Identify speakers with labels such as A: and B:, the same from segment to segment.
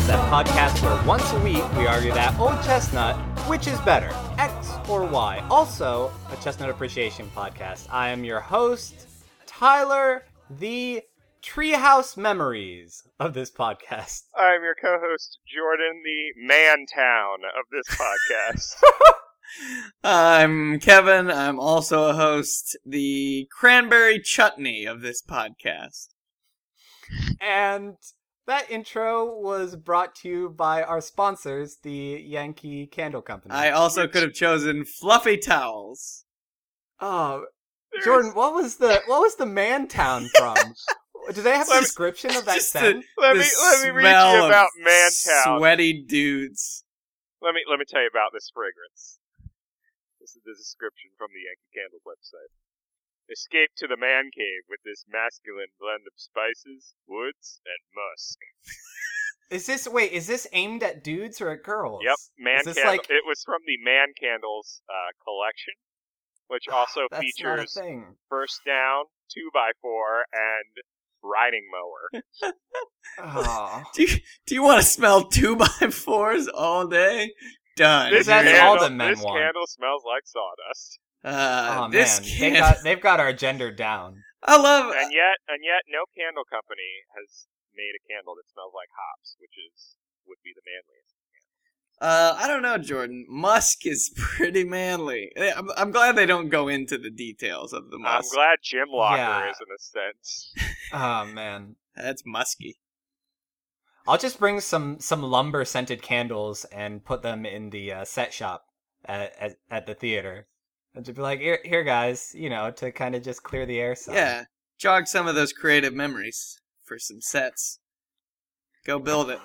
A: podcast where once a week we argue that old chestnut, which is better, X or Y. Also, a chestnut appreciation podcast. I am your host, Tyler, the treehouse memories of this podcast.
B: I'm your co-host Jordan, the man town of this podcast.
C: I'm Kevin. I'm also a host, the cranberry chutney of this podcast.
A: And that intro was brought to you by our sponsors, the Yankee Candle Company.
C: I also could have chosen fluffy towels.
A: Oh,
B: There's-
A: Jordan, what was the what was the man town from? Do they have a
C: Let me-
A: description of that
C: Just the-
A: scent?
B: let
C: the
B: me let me read you
C: smell of
B: about man town.
C: Sweaty dudes.
B: Let me let me tell you about this fragrance. This is the description from the Yankee Candle website. Escape to the man cave with this masculine blend of spices, woods, and musk.
A: Is this wait? Is this aimed at dudes or at girls?
B: Yep, man
A: this
B: candle.
A: like-
B: It was from the Man Candles uh, collection, which also
A: Ah, That's not a
B: features
A: thing.
B: First Down, Two by Four, and Riding Mower.
A: Oh.
C: Do you, do you want to smell two by fours all day? Done.
B: This
A: That's
B: candle,
A: all the men
B: this
A: want.
B: candle smells like sawdust,
C: Uh,
A: oh
C: this
A: man,
C: can-
A: they got, they've got our gender down.
C: I love.
B: and yet, and yet, no candle company has made a candle that smells like hops, which is would be the manliest.
C: Uh, I don't know, Jordan. Musk is pretty manly. Eh, I'm, I'm glad they don't go into the details of the
B: I'm
C: musk.
B: glad Jim Locker
A: Yeah.
B: is in a sense.
A: Oh man,
C: That's musky.
A: I'll just bring some some lumber scented candles and put them in the uh, set shop at, at at the theater, and to be like, here, here guys, you know, to kind of just clear the air. Some.
C: Yeah, jog some of those creative memories for some sets. Go build it.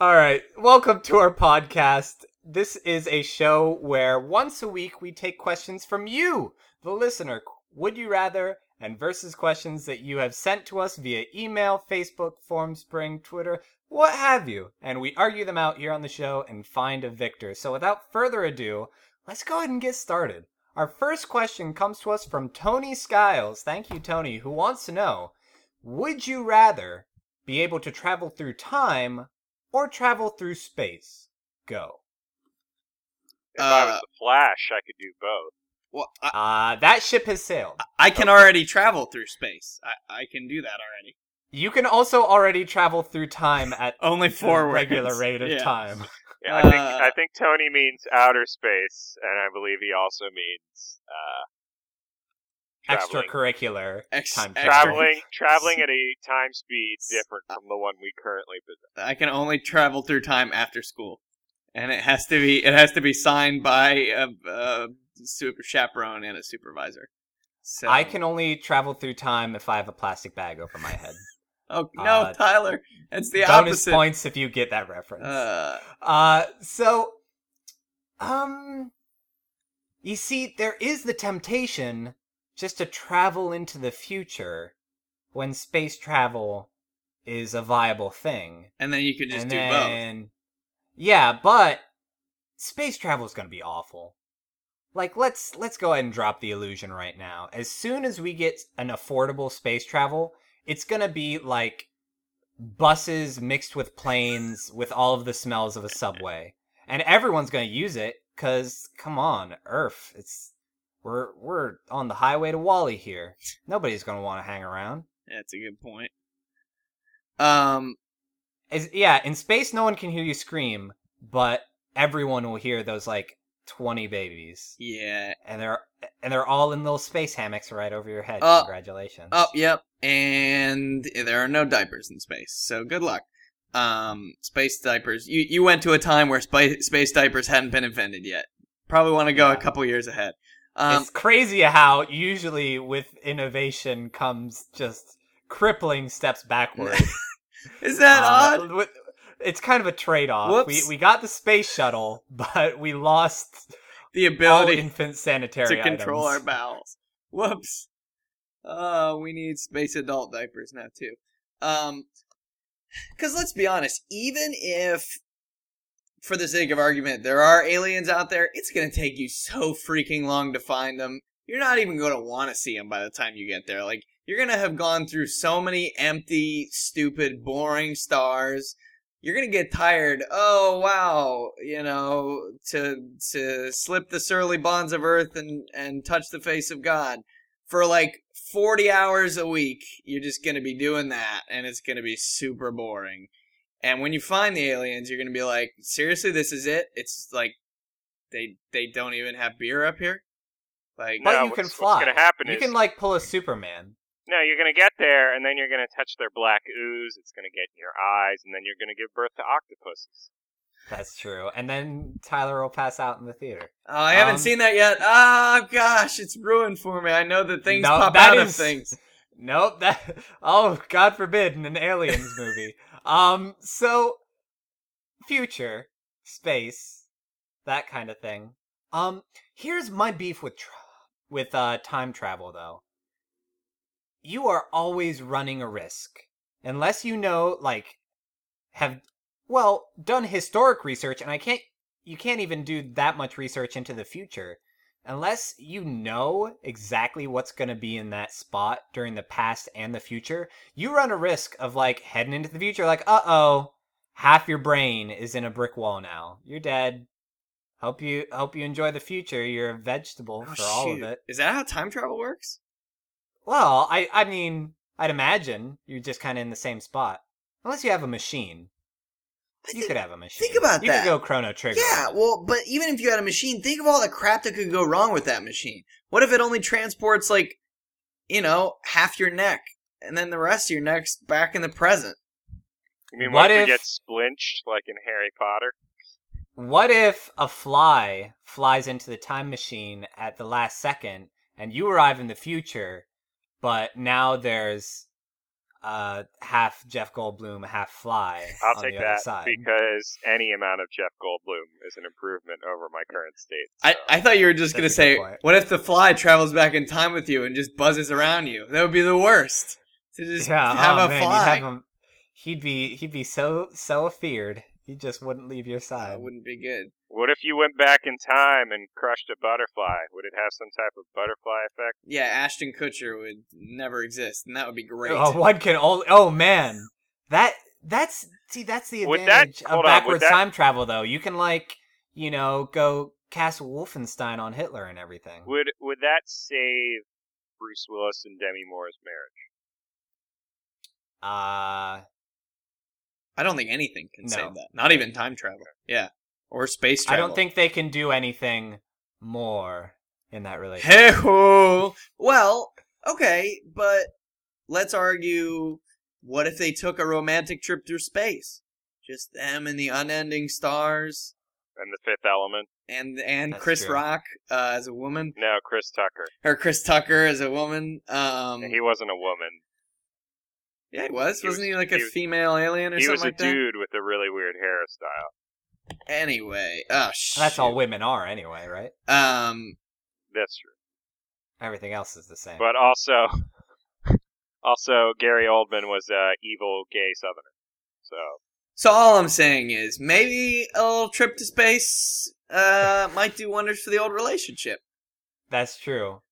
A: All right. Welcome to our podcast. This is a show where once a week we take questions from you, the listener. Would you rather? And versus questions that you have sent to us via email, Facebook, Formspring, Twitter, what have you. And we argue them out here on the show and find a victor. So without further ado, let's go ahead and get started. Our first question comes to us from Tony Skiles. Thank you, Tony, who wants to know Would you rather be able to travel through time or travel through space. Go.
B: If I
C: Uh,
B: was the Flash, I could do both.
C: Well, I,
A: Uh, that ship has sailed.
C: I can already travel through space. I, I can do that already.
A: You can also already travel through time at
C: Only
A: the
C: forward.
A: regular rate of
C: Yeah.
A: time.
B: Yeah, I think
C: Uh,
B: I think Tony means outer space, and I believe he also means uh, traveling.
A: Extracurricular
C: Ex-
A: time
C: extra-
A: travel.
B: traveling traveling at a time speed different
A: Uh,
B: from the one we currently possess.
C: I can only travel through time after school, and it has to be it has to be signed by a, a super chaperone and a supervisor. So
A: I can only travel through time if I have a plastic bag over my head.
C: Oh no,
A: uh,
C: Tyler, it's the
A: Bonus
C: opposite.
A: points if you get that reference.
C: Uh,
A: Uh, so, um, you see, there is the temptation just to travel into the future when space travel is a viable thing.
C: and then you can just
A: and
C: do both.
A: then, yeah, but space travel is going to be awful. Like, let's let's go ahead and drop the illusion right now. As soon as we get an affordable space travel, it's going to be like buses mixed with planes with all of the smells of a subway, and everyone's going to use it. Cause come on, Earth, it's we're we're on the highway to Wally here. Nobody's going to want to hang around.
C: That's a good point. Um,
A: Is yeah, in space no one can hear you scream, but everyone will hear those like twenty babies.
C: yeah.
A: And they're and they're all in little space hammocks right over your head.
C: Uh,
A: Congratulations.
C: Oh, yep. And there are no diapers in space, so good luck. Um, space diapers. You you went to a time where space space diapers hadn't been invented yet. Probably want to go a
A: Yeah.
C: couple years ahead. Um,
A: it's crazy how usually with innovation comes just crippling steps backwards.
C: is that
A: Uh,
C: odd?
A: with- It's kind of a trade off.
C: Whoops.
A: We we got the space shuttle, but we lost
C: The
A: all
C: ability
A: infant sanitary
C: to control
A: items.
C: our bowels. Whoops. Uh, we need space adult diapers now too. Um, because let's be honest, even if, for the sake of argument, there are aliens out there, it's gonna take you so freaking long to find them. You're not even gonna want to see them by the time you get there. Like you're gonna have gone through so many empty, stupid, boring stars. you're gonna get tired. Oh wow, you know, to to slip the surly bonds of earth and and touch the face of God for like 40 hours a week. You're just gonna be doing that, and it's gonna be super boring. And when you find the aliens, you're gonna be like, seriously, this is it? It's like they they don't even have beer up here. Like
B: No,
A: but you
B: what's-
A: can
B: what's
A: fly.
B: gonna happen
A: you
B: is-
A: can like pull a Superman.
B: No, you're gonna get there, and then you're gonna touch their black ooze. It's gonna get in your eyes, and then you're gonna give birth to octopuses.
A: That's true. And then Tyler will pass out in the theater.
C: Oh, I haven't
A: Um,
C: seen that yet. Oh gosh, it's ruined for me. I know that things
A: No,
C: pop
A: that
C: out of
A: is-
C: things.
A: Nope, that oh god forbid in an aliens movie. um so future, space, that kind of thing. Um here's my beef with tra- with uh time travel though. You are always running a risk unless you know like have well done historic research and I can't you can't even do that much research into the future unless you know exactly what's going to be in that spot during the past and the future, you run a risk of like heading into the future, like, uh oh, half your brain is in a brick wall now. You're dead. Hope you hope you enjoy the future. You're a vegetable
C: Oh,
A: for all of
C: shoot.
A: it.
C: Is that how time travel works?
A: Well, I I mean, I'd imagine you're just kind of in the same spot, unless you have a machine.
C: I
A: You
C: think-
A: could have a machine.
C: about
A: you
C: that.
A: could go chrono trigger.
C: Yeah, well, but even if you had a machine, think of all the crap that could go wrong with that machine. What if it only transports like, you know, half your neck, and then the rest of your neck's back in the present?
B: You mean
A: What
B: what, if
A: if-
B: we get splinched like in Harry Potter?
A: What if a fly flies into the time machine at the last second and you arrive in the future, but now there's uh half Jeff Goldblum, half fly
B: I'll
A: on
B: take
A: the other
B: that
A: side.
B: because any amount of Jeff Goldblum is an improvement over my current state.
C: I, I thought you were just
A: That's
C: gonna
A: a good
C: say,
A: point.
C: what if the fly travels back in time with you and just buzzes around you? That would be the worst. To just
A: yeah,
C: have
A: oh,
C: a
A: man, you'd
C: fly.
A: have him- he'd be he'd be so so feared. He just wouldn't leave your side.
C: that wouldn't be good.
B: What if you went back in time and crushed a butterfly? Would it have some type of butterfly effect?
C: Yeah, Ashton Kutcher would never exist, and that would be great.
A: Oh, one can only. Oh man, that that's see that's the
B: Would that-
A: advantage of
B: hold on, would
A: backwards
B: that-
A: time travel though. You can like you know go cast Wolfenstein on Hitler and everything.
B: Would would that save Bruce Willis and Demi Moore's marriage?
A: Uh
C: I don't think anything can
A: No.
C: save that. Not even time travel. Yeah, or space
A: I
C: travel.
A: don't think they can do anything more in that relationship.
C: Hey ho! Well, okay, but let's argue. What if they took a romantic trip through space? Just them and the unending stars,
B: And the Fifth Element?
C: and and
A: That's
C: Chris
A: true.
C: Rock uh, as a woman,
B: No, Chris Tucker.
C: or Chris Tucker as a woman. Um,
B: He wasn't a woman.
C: yeah, he was.
B: he was-
C: wasn't he like a
B: he was-
C: female alien or
B: He
C: something
B: was a
C: like that?
B: dude with a really weird hairstyle.
C: Anyway, oh shit.
A: That's all women are anyway, right?
C: Um,
B: That's true.
A: Everything else is the same.
B: But also, also Gary Oldman was a evil gay Southerner. So
C: so all I'm saying is maybe a little trip to space uh might do wonders for the old relationship.
A: That's true.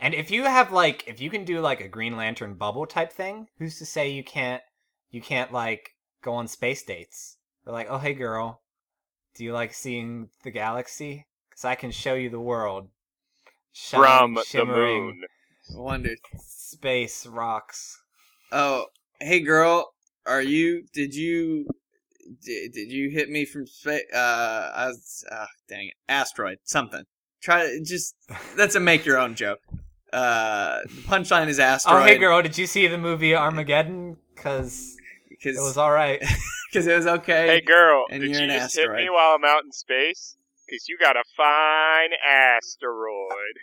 A: And if you have like if you can do like a Green Lantern bubble type thing, who's to say you can't you can't like go on space dates? They're like, "Oh, hey girl, do you like seeing the galaxy? Cuz I can show you the world." Shining,
B: from the
A: shimmering
B: moon,
C: Wonder
A: Space rocks.
C: Oh, hey girl, are you? Did you? Did, did you hit me from space? Uh, I was, ah, dang it, asteroid, something. Try just that's a make your own joke. Uh, the punchline is asteroid.
A: Oh, hey girl, did you see the movie Armageddon? Cuz it was
C: because
A: all right.
C: it was okay.
B: hey girl,
C: and
B: did
C: you're
B: you
C: an
B: just hit me
C: asteroid.
B: while I'm out in space? Cause you got a fine asteroid.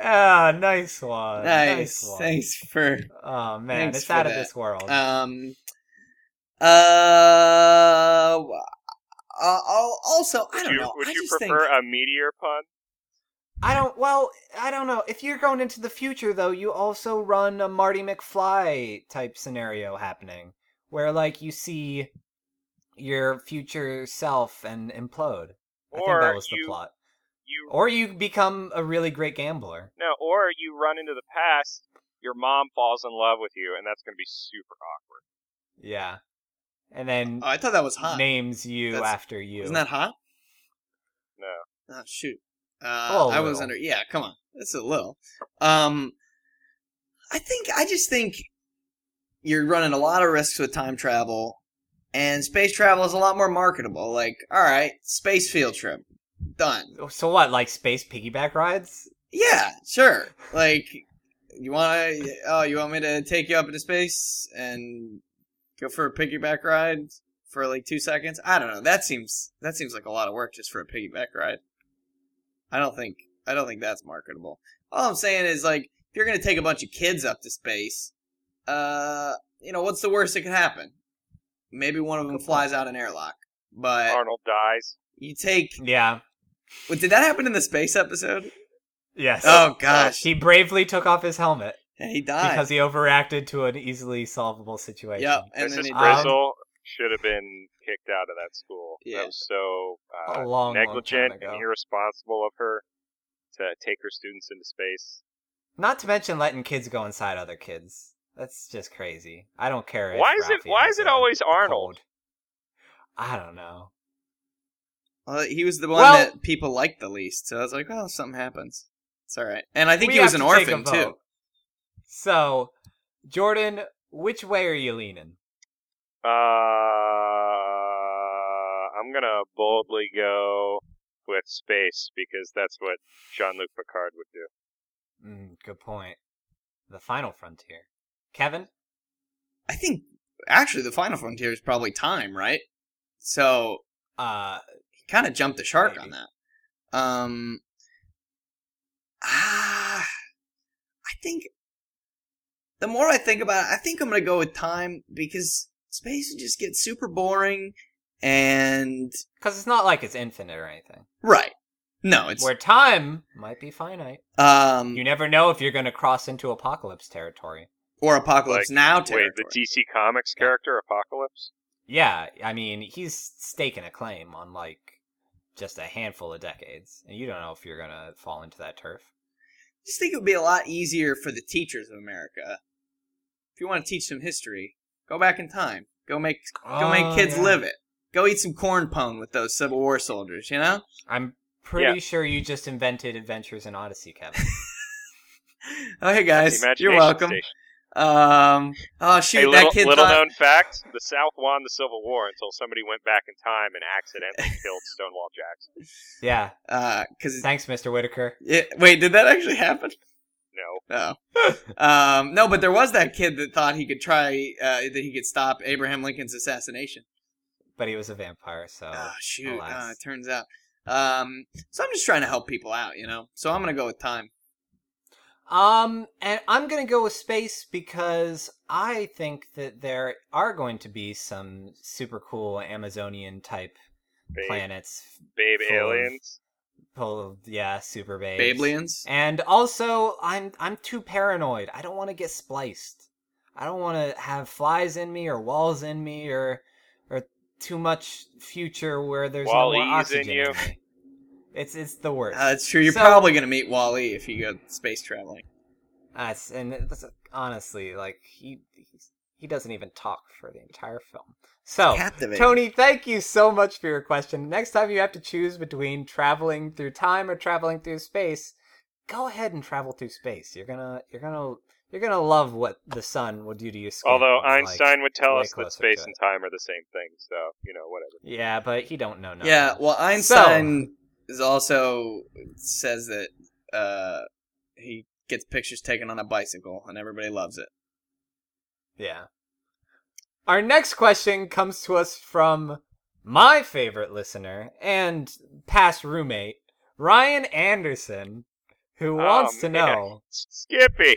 A: ah, nice one.
C: nice,
A: one.
C: thanks for
A: Oh man,
C: Thanks
A: it's
C: for
A: out of
C: that.
A: this world.
C: um. Uh, w- uh, al- also, I
B: Would
C: don't
B: you,
C: know.
B: would
C: I
B: you
C: just think-
B: prefer a meteor pun?
A: I don't. Well, I don't know. If you're going into the future, though, you also run a Marty McFly type scenario happening, where like you see your future self and implode. I think that
B: Or
A: was the
B: you-
A: plot.
B: You
A: Or you become a really great gambler.
B: no, or you run into the past. Your mom falls in love with you, and that's going to be super awkward.
A: Yeah, and then
C: Oh, I thought that was hot.
A: names you
C: That's-
A: after you.
C: Isn't that hot?
B: No.
C: Oh shoot.
A: Oh,
C: Uh,
A: a
C: I was
A: little.
C: under. Yeah, come on. That's a little. Um, I think I just think you're running a lot of risks with time travel, and space travel is a lot more marketable. Like, all right, space field trip, done.
A: Oh, so what? Like space piggyback rides?
C: Yeah, sure. Like, you want to? Oh, you want me to take you up into space and go for a piggyback ride for like two seconds? I don't know. That seems that seems like a lot of work just for a piggyback ride. I don't think I don't think that's marketable. All I'm saying is like, if you're gonna take a bunch of kids up to space, uh, you know, what's the worst that could happen? Maybe one of them flies out an airlock, but
B: Arnold dies.
C: you take.
A: Yeah.
C: Wait, did that happen in the space episode?
A: Yes.
C: Oh gosh,
A: He bravely took off his helmet
C: and he died.
A: because he overreacted to an easily solvable situation.
C: Yep, and then
B: Mrs.
C: he
A: died.
B: Frizzle should have been kicked out of that school.
C: Yeah.
B: That was so
A: A
B: uh,
A: long, long
B: negligent
A: time ago.
B: and irresponsible of her to take her students into space.
A: Not to mention letting kids go inside other kids. That's just crazy. I don't care. if
B: Why is it-
A: Ralphie
B: why
A: has
B: is it
A: a
B: always Arnold?
A: cold. I don't know.
C: Well, he was the one
A: Well-
C: that people liked the least, so I was like, "Well, something happens. It's all right." And I think
A: We
C: he was
A: have
C: an
A: to take a
C: orphan too.
A: vote. So, Jordan, which way are you leaning?
B: Uh, I'm gonna boldly go with space because that's what Jean-Luc Picard would do.
A: Mm, good point. The final frontier. Kevin?
C: I think actually the final frontier is probably time, right? So
A: Uh,
C: he kind of jumped the shark
A: Maybe.
C: on that. Um, ah, I think the more I think about it, I think I'm gonna go with time because space would just get super boring. And
A: because it's not like it's infinite or anything.
C: right, no, it's
A: Where time might be finite.
C: um
A: You never know if you're going to cross into apocalypse territory.
C: or apocalypse
B: Like,
C: now.
B: Wait,
C: Territory.
B: the DC Comics character Apocalypse?
A: Yeah, I mean, he's staking a claim on like just a handful of decades, and you don't know if you're going to fall into that turf.
C: just think it would be a lot easier for the teachers of America. If you want to teach some history, go back in time. Go make go
A: Oh,
C: make kids live it. Go eat some corn pone with those Civil War soldiers, you know?
A: I'm pretty sure you just invented Adventures in Odyssey, Kevin.
C: Oh hey
B: The
C: guys, you're
B: Imagination
C: welcome.
B: Station.
C: Um oh shoot,
B: Hey,
C: that
B: little,
C: kid
B: little
C: thought
B: known fact: the South won the Civil War until somebody went back in time and accidentally killed Stonewall Jackson.
A: yeah.
C: uh cuz
A: Thanks, Mr. Whitaker.
C: it, wait, did that actually happen?
B: No,
C: No. um no, but there was that kid that thought he could try uh that he could stop Abraham Lincoln's assassination.
A: But he was a vampire, so
C: Oh shoot!
A: alas.
C: Uh, it turns out. Um, so I'm just trying to help people out, you know. So I'm gonna go with time.
A: Um, and I'm gonna go with space because I think that there are going to be some super cool Amazonian type
B: babe,
A: planets
B: babe
A: full of-
B: aliens.
A: full of yeah, super babes.
C: Babelians.
A: And also, I'm I'm too paranoid. I don't want to get spliced. I don't want to have flies in me or walls in me or or too much future where there's no more
B: Wall-E's in
A: oxygen.
B: you.
A: me. It's it's the worst.
C: Uh, that's true. You're
A: So-
C: probably gonna meet Wally if you go space traveling.
A: That's and that's, honestly, like he he's, he doesn't even talk for the entire film. So,
C: Captivating.
A: Tony, thank you so much for your question. Next time you have to choose between traveling through time or traveling through space, go ahead and travel through space. You're gonna you're gonna you're gonna love what the sun will do to your skin.
B: Although
A: Like,
B: Einstein would tell
A: way
B: us that
A: closer
B: space
A: to
B: and time are the same thing, so you know whatever.
A: yeah, but he don't know nothing.
C: Yeah. Well, Einstein is also says that uh, he gets pictures taken on a bicycle, and everybody loves it.
A: Yeah. Our next question comes to us from my favorite listener and past roommate, Ryan Anderson, who
B: Oh,
A: wants to
B: man.
A: know.
B: Skippy.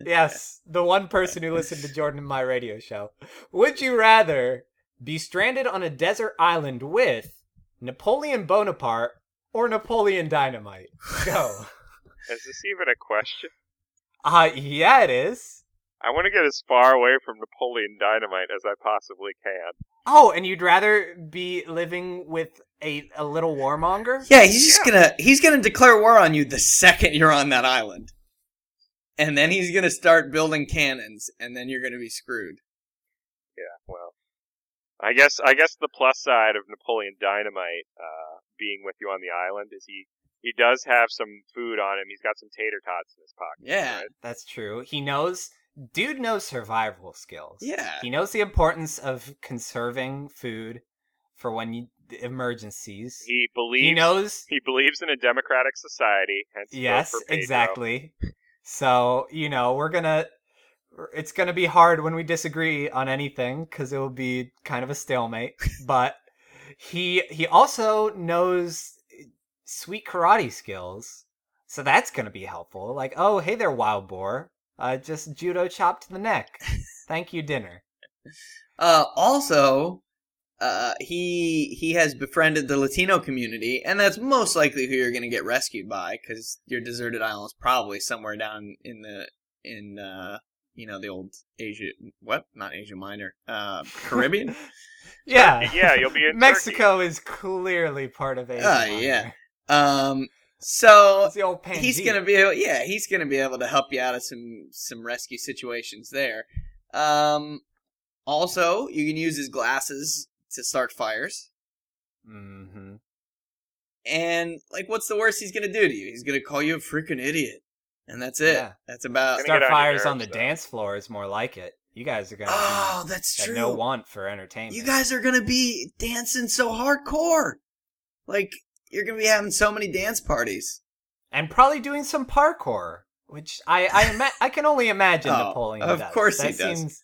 A: Yes, the one person who listened to Jordan and my radio show. Would you rather be stranded on a desert island with Napoleon Bonaparte or Napoleon Dynamite? Go.
B: Is this even a question?
A: Uh, yeah, it is.
B: I want to get as far away from Napoleon Dynamite as I possibly can.
A: Oh, and you'd rather be living with a, a little warmonger?
C: Yeah, he's just gonna he's gonna declare war on you the second you're on that island, and then he's gonna start building cannons, and then you're gonna be screwed.
B: Yeah, well, I guess I guess the plus side of Napoleon Dynamite uh, being with you on the island is he he does have some food on him. He's got some tater tots in his pocket.
C: Yeah.
B: right?
A: That's true. He knows. Dude knows survival skills.
C: Yeah.
A: He knows the importance of conserving food for when you, emergencies.
B: He believes
A: He knows.
B: he believes in a democratic society. Hence vote
A: Yes,
B: for Pedro.
A: exactly. So you know we're gonna. It's gonna be hard when we disagree on anything because it will be kind of a stalemate. but he he also knows eh, sweet karate skills, so that's gonna be helpful. Like, oh hey there, wild boar. Uh, just judo chop to the neck. Thank you, dinner.
C: Uh, also, uh, he he has befriended the Latino community, and that's most likely who you're going to get rescued by, because your deserted island is probably somewhere down in the in uh, you know the old Asia what not Asia Minor uh, Caribbean.
A: Yeah.
B: Yeah, you'll be in Turkey.
A: Mexico is clearly part of Asia.
C: Ah, yeah.
A: Minor.
C: um, so
A: It's the old Pangea.
C: he's gonna be able, yeah he's gonna be able to help you out of some some rescue situations there um also you can use his glasses to start fires
A: hmm
C: and like what's the worst he's gonna do to you he's gonna call you a freaking idiot and that's it
A: Yeah.
C: that's about
B: Gonna
A: Start
B: get on your
A: fires on the
B: nerves, though.
A: dance floor is more like it. You guys are gonna
C: oh that's
A: be at
C: true
A: no want for entertainment.
C: you guys are gonna be dancing so hardcore like you're gonna be having so many dance parties
A: and probably doing some parkour, which I I, ima- I can only imagine
C: Oh,
A: Napoleon
C: of
A: does.
C: course
A: that
C: he does.
A: Seems,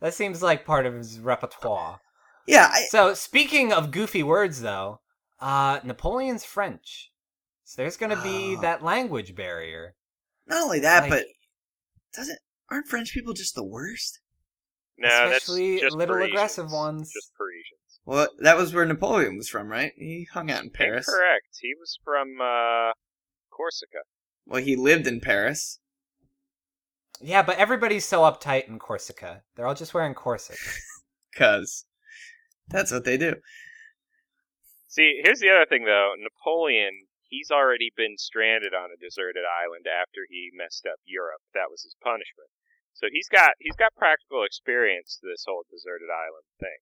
A: that seems like part of his repertoire.
C: yeah I,
A: so speaking of goofy words, though, uh, Napoleon's French, so there's gonna be
C: Oh.
A: that language barrier.
C: not only that
A: Like-
C: but doesn't aren't french people just the worst
B: No,
A: especially
B: that's just
A: little
B: Parisians.
A: aggressive ones.
B: Just Parisians.
C: Well, that was where Napoleon was from, right? He hung out in Paris.
B: Correct. He was from uh, Corsica.
C: Well, he lived in Paris.
A: Yeah, but everybody's so uptight in Corsica. They're all just wearing corsets.
C: 'Cause that's what they do.
B: See, here's the other thing though. Napoleon, he's already been stranded on a deserted island after he messed up Europe. That was his punishment. So he's got he's got practical experience to this whole deserted island thing.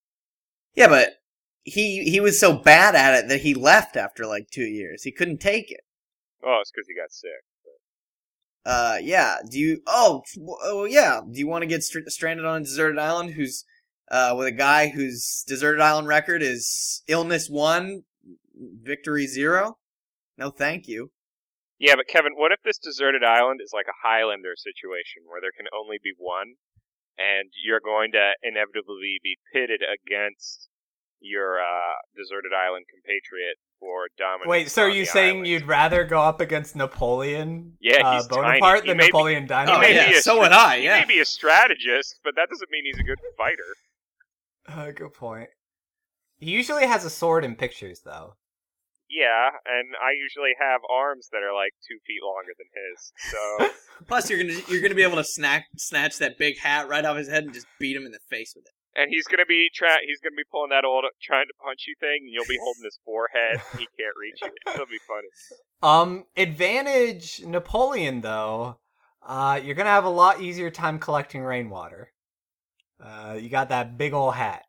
C: Yeah, but he he was so bad at it that he left after like two years. He couldn't take it.
B: Oh, it's because he got sick.
C: Uh, yeah. Do you? Oh, f- oh, yeah. Do you want to get str- stranded on a deserted island? Who's uh with a guy whose deserted island record is illness one, victory zero? No, thank you.
B: Yeah, but Kevin, what if this deserted island is like a Highlander situation where there can only be one, and you're going to inevitably be pitted against your uh, deserted island compatriot for dominance?
A: Wait, so are
B: on
A: you
B: the
A: saying
B: island?
A: you'd rather go up against Napoleon?
B: Yeah,
A: uh,
B: he's tiny.
A: Bonaparte
B: He
A: than
B: may be-
A: Napoleon
B: He
C: Oh,
A: Dynamite.
B: may
C: yeah.
B: be a
C: So
B: str-
C: would I.
B: He
C: Yeah.
B: may be a strategist, but that doesn't mean he's a good fighter.
A: Uh, good point. He usually has a sword in pictures, though.
B: Yeah, and I usually have arms that are like two feet longer than his. So
C: Plus, you're gonna you're gonna be able to snack, snatch that big hat right off his head and just beat him in the face with it.
B: and he's gonna be tra- he's gonna be pulling that old trying to punch you thing, and you'll be holding his forehead. He can't reach you. It'll be funny.
A: Um, advantage Napoleon, though. Uh, you're gonna have a lot easier time collecting rainwater. Uh, you got that big old hat.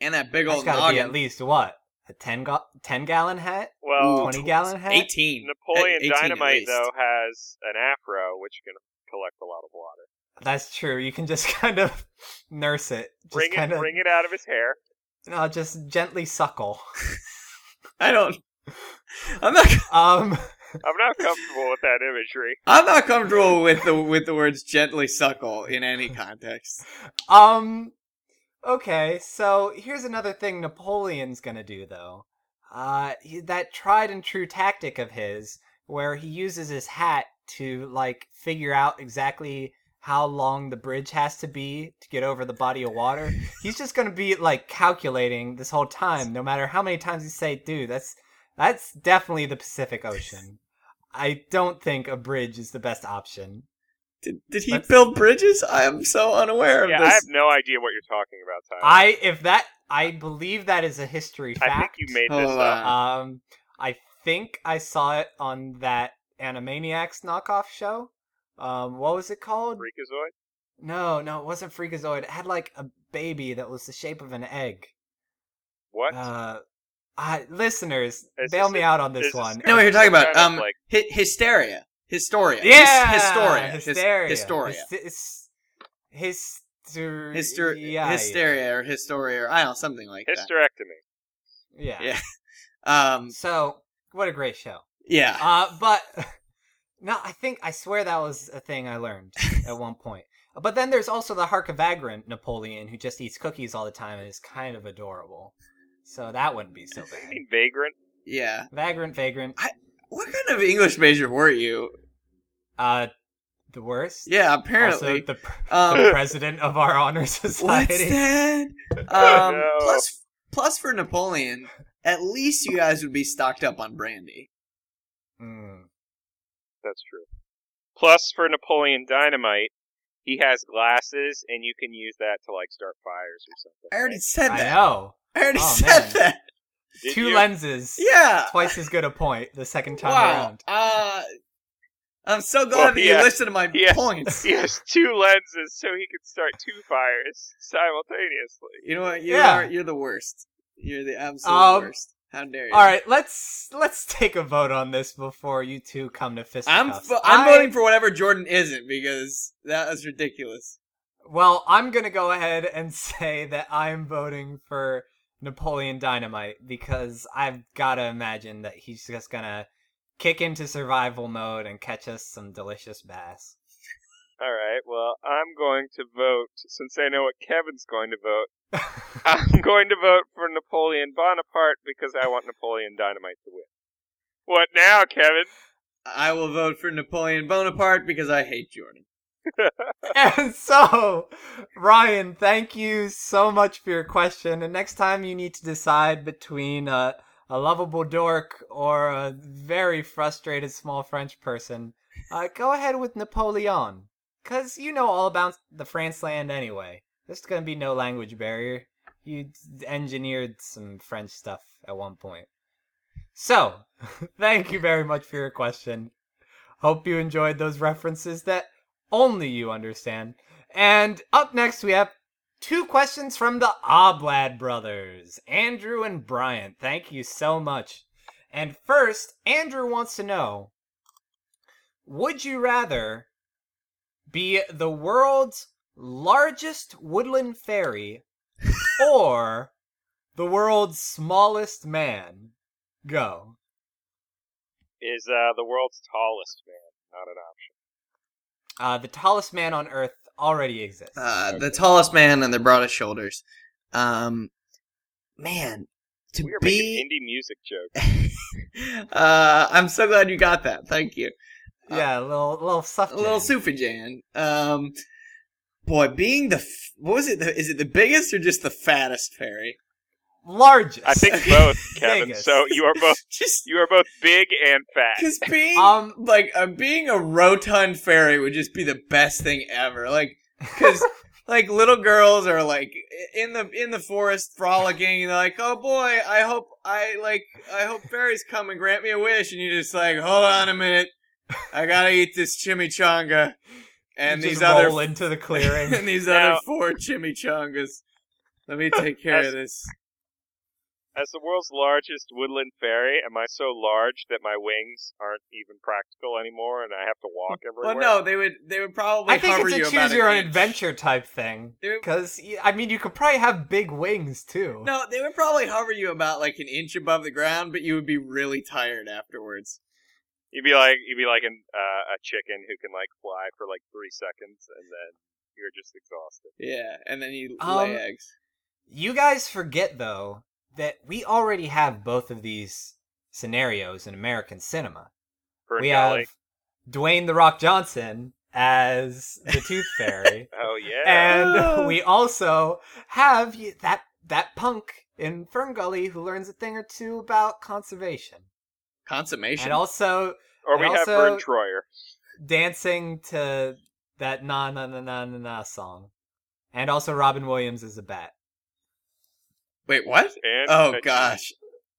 C: And that big
A: That's
C: old
A: gotta be
C: noggin.
A: at least what a 10, ga- 10 gallon hat,
B: Well,
C: Ooh,
A: twenty gallon hat.
C: eighteen.
B: Napoleon
C: Eighteen at
B: Dynamite
C: least.
B: though has an afro, which can collect a lot of water.
A: That's true. You can just kind of nurse it. Just
B: Bring it,
A: kind of,
B: bring it out of his hair.
A: No, just gently suckle.
C: I don't. I'm not.
A: Um.
B: I'm not comfortable with that imagery.
C: I'm not comfortable with the with the words gently suckle in any context.
A: Um okay, so here's another thing Napoleon's going to do though. Uh he, that tried and true tactic of his where he uses his hat to like figure out exactly how long the bridge has to be to get over the body of water. He's just going to be like calculating this whole time no matter how many times you say dude, that's that's definitely the Pacific Ocean. I don't think a bridge is the best option.
C: Did, did he
A: That's-
C: build bridges? I am so unaware of
B: Yeah,
C: this.
B: I have no idea what you're talking about, Tyler.
A: I if that I believe that is a history fact.
B: I think you made this
C: Hold
B: up.
C: on.
A: Um, I think I saw it on that Animaniacs knockoff show. Um, what was it called?
B: Freakazoid?
A: No, no, it wasn't Freakazoid. It had like a baby that was the shape of an egg.
B: What?
A: Uh, I, listeners,
B: Is
A: bail
B: this
A: me
B: a-
A: out on this
B: is this
A: one.
B: a-
C: No, you're talking about,
B: kind of
C: um,
B: like
C: Hi- hysteria. Historia. Hys-
A: Yeah,
C: Historia. Hys-
A: hysteria,
C: Historia.
A: Hys- hys- hyster-
C: Hyster-
A: yeah,
C: hysteria or historia or I don't know, something like
B: hysterectomy.
A: Yeah.
C: Yeah. that. Um,
A: So what a great show.
C: yeah.
A: Uh, but no, I think I swear that was a thing I learned at one point. But then there's also the Harkavagrant Napoleon who just eats cookies all the time and is kind of adorable. So that wouldn't be so
B: I
A: bad.
B: mean, vagrant.
C: Yeah.
A: Vagrant, vagrant.
C: What kind of English major were you?
A: Uh, the worst.
C: Yeah,
A: Also,
C: apparently.
A: the, pr- the
C: um,
A: president of our honor
C: what's
A: society.
C: that?
B: Oh,
C: Um,
B: no.
C: plus, plus for Napoleon, at least you guys would be stocked up on brandy.
A: Mm.
B: That's true. Plus, for Napoleon Dynamite, he has glasses, and you can use that to like start fires or something.
C: I already said
A: I
C: that.
A: know.
C: I already
A: Oh,
C: said
A: man.
C: that.
B: Did
A: Two
B: you?
A: lenses.
C: Yeah.
A: Twice as good a point the second time
C: wow.
A: around. Oh,
C: Uh, I'm so glad
B: Well,
C: that
B: he
C: you
B: has-
C: listened to my
B: he has-
C: points.
B: He has two lenses, so he can start two fires simultaneously.
C: You know what? You
A: Yeah.
C: are, you're the worst. You're the absolute
A: Um,
C: worst. How dare you?
A: All right, let's let's take a vote on this before you two come to fist.
C: I'm fo- I'm voting for whatever Jordan isn't because that was ridiculous.
A: Well, I'm gonna go ahead and say that I'm voting for Napoleon Dynamite because I've gotta imagine that he's just gonna kick into survival mode and catch us some delicious bass.
B: All right. Well, I'm going to vote since I know what Kevin's going to vote. I'm going to vote for Napoleon Bonaparte because I want Napoleon Dynamite to win. What now, Kevin?
C: I will vote for Napoleon Bonaparte because I hate Jordan.
A: and so, Ryan, thank you so much for your question. And next time you need to decide between a, a lovable dork or a very frustrated small French person, uh, go ahead with Napoleon. Because you know all about the France land anyway. There's going to be no language barrier. You d- engineered some French stuff at one point. So, thank you very much for your question. Hope you enjoyed those references that only you understand. And up next, we have two questions from the Oblad brothers, Andrew and Bryant. Thank you so much. And first, Andrew wants to know Would you rather be the world's largest woodland fairy or the world's smallest man? Go.
B: Is uh, the world's tallest man not an option?
A: Uh, the tallest man on earth already exists.
C: Uh, The tallest man and the broadest shoulders. Um, man, to
B: We are making
C: be.
B: indie music jokes.
C: uh, I'm so glad you got that. Thank you.
A: yeah, a little, little soft.
C: A little
A: jam.
C: Sufajan. Um, boy, being the f- what was it? The, is it the biggest or just the fattest fairy?
A: largest.
B: I think both, Kevin.
A: Vegas.
B: So you are both
C: Just
B: you are both big and fat.
C: because being
A: Um,
C: like uh, being a rotund fairy would just be the best thing ever. Like because like little girls are like i- in the in the forest frolicking. And they're like, oh boy, I hope I like I hope fairies come and grant me a wish. And you're just like, hold on a minute, I gotta eat this chimichanga. And
A: you
C: these
A: just
C: other
A: roll into the clearing.
C: and these
B: Now-
C: other four chimichangas. Let me take care of this.
B: As the world's largest woodland fairy, am I so large that my wings aren't even practical anymore, and I have to walk
C: Well,
B: everywhere?
C: no, they would they would probably
A: I think
C: cover
A: it's a
C: you about
A: choose your own
C: an inch.
A: adventure type thing.
C: They would-
A: Because I mean, you could probably have big wings too.
C: No, they would probably hover you about like an inch above the ground, but you would be really tired afterwards.
B: You'd be like you'd be like an, uh, a chicken who can like fly for like three seconds, and then you're just exhausted.
C: Yeah, and then you
A: Um,
C: lay eggs.
A: You guys forget though that we already have both of these scenarios in American cinema.
B: Bert
A: we
B: Kelly.
A: have Dwayne the Rock Johnson as the Tooth Fairy,
B: Oh yeah.
A: and we also have y- that that punk in Ferngully who learns a thing or two about conservation,
C: Consummation.
A: and also
B: or we
A: and
B: have
A: also-
B: Vern Troyer.
A: dancing to that na na na na na na song. And also Robin Williams is a bat.
C: Wait, what?
B: And
C: Oh
B: uh,
C: gosh,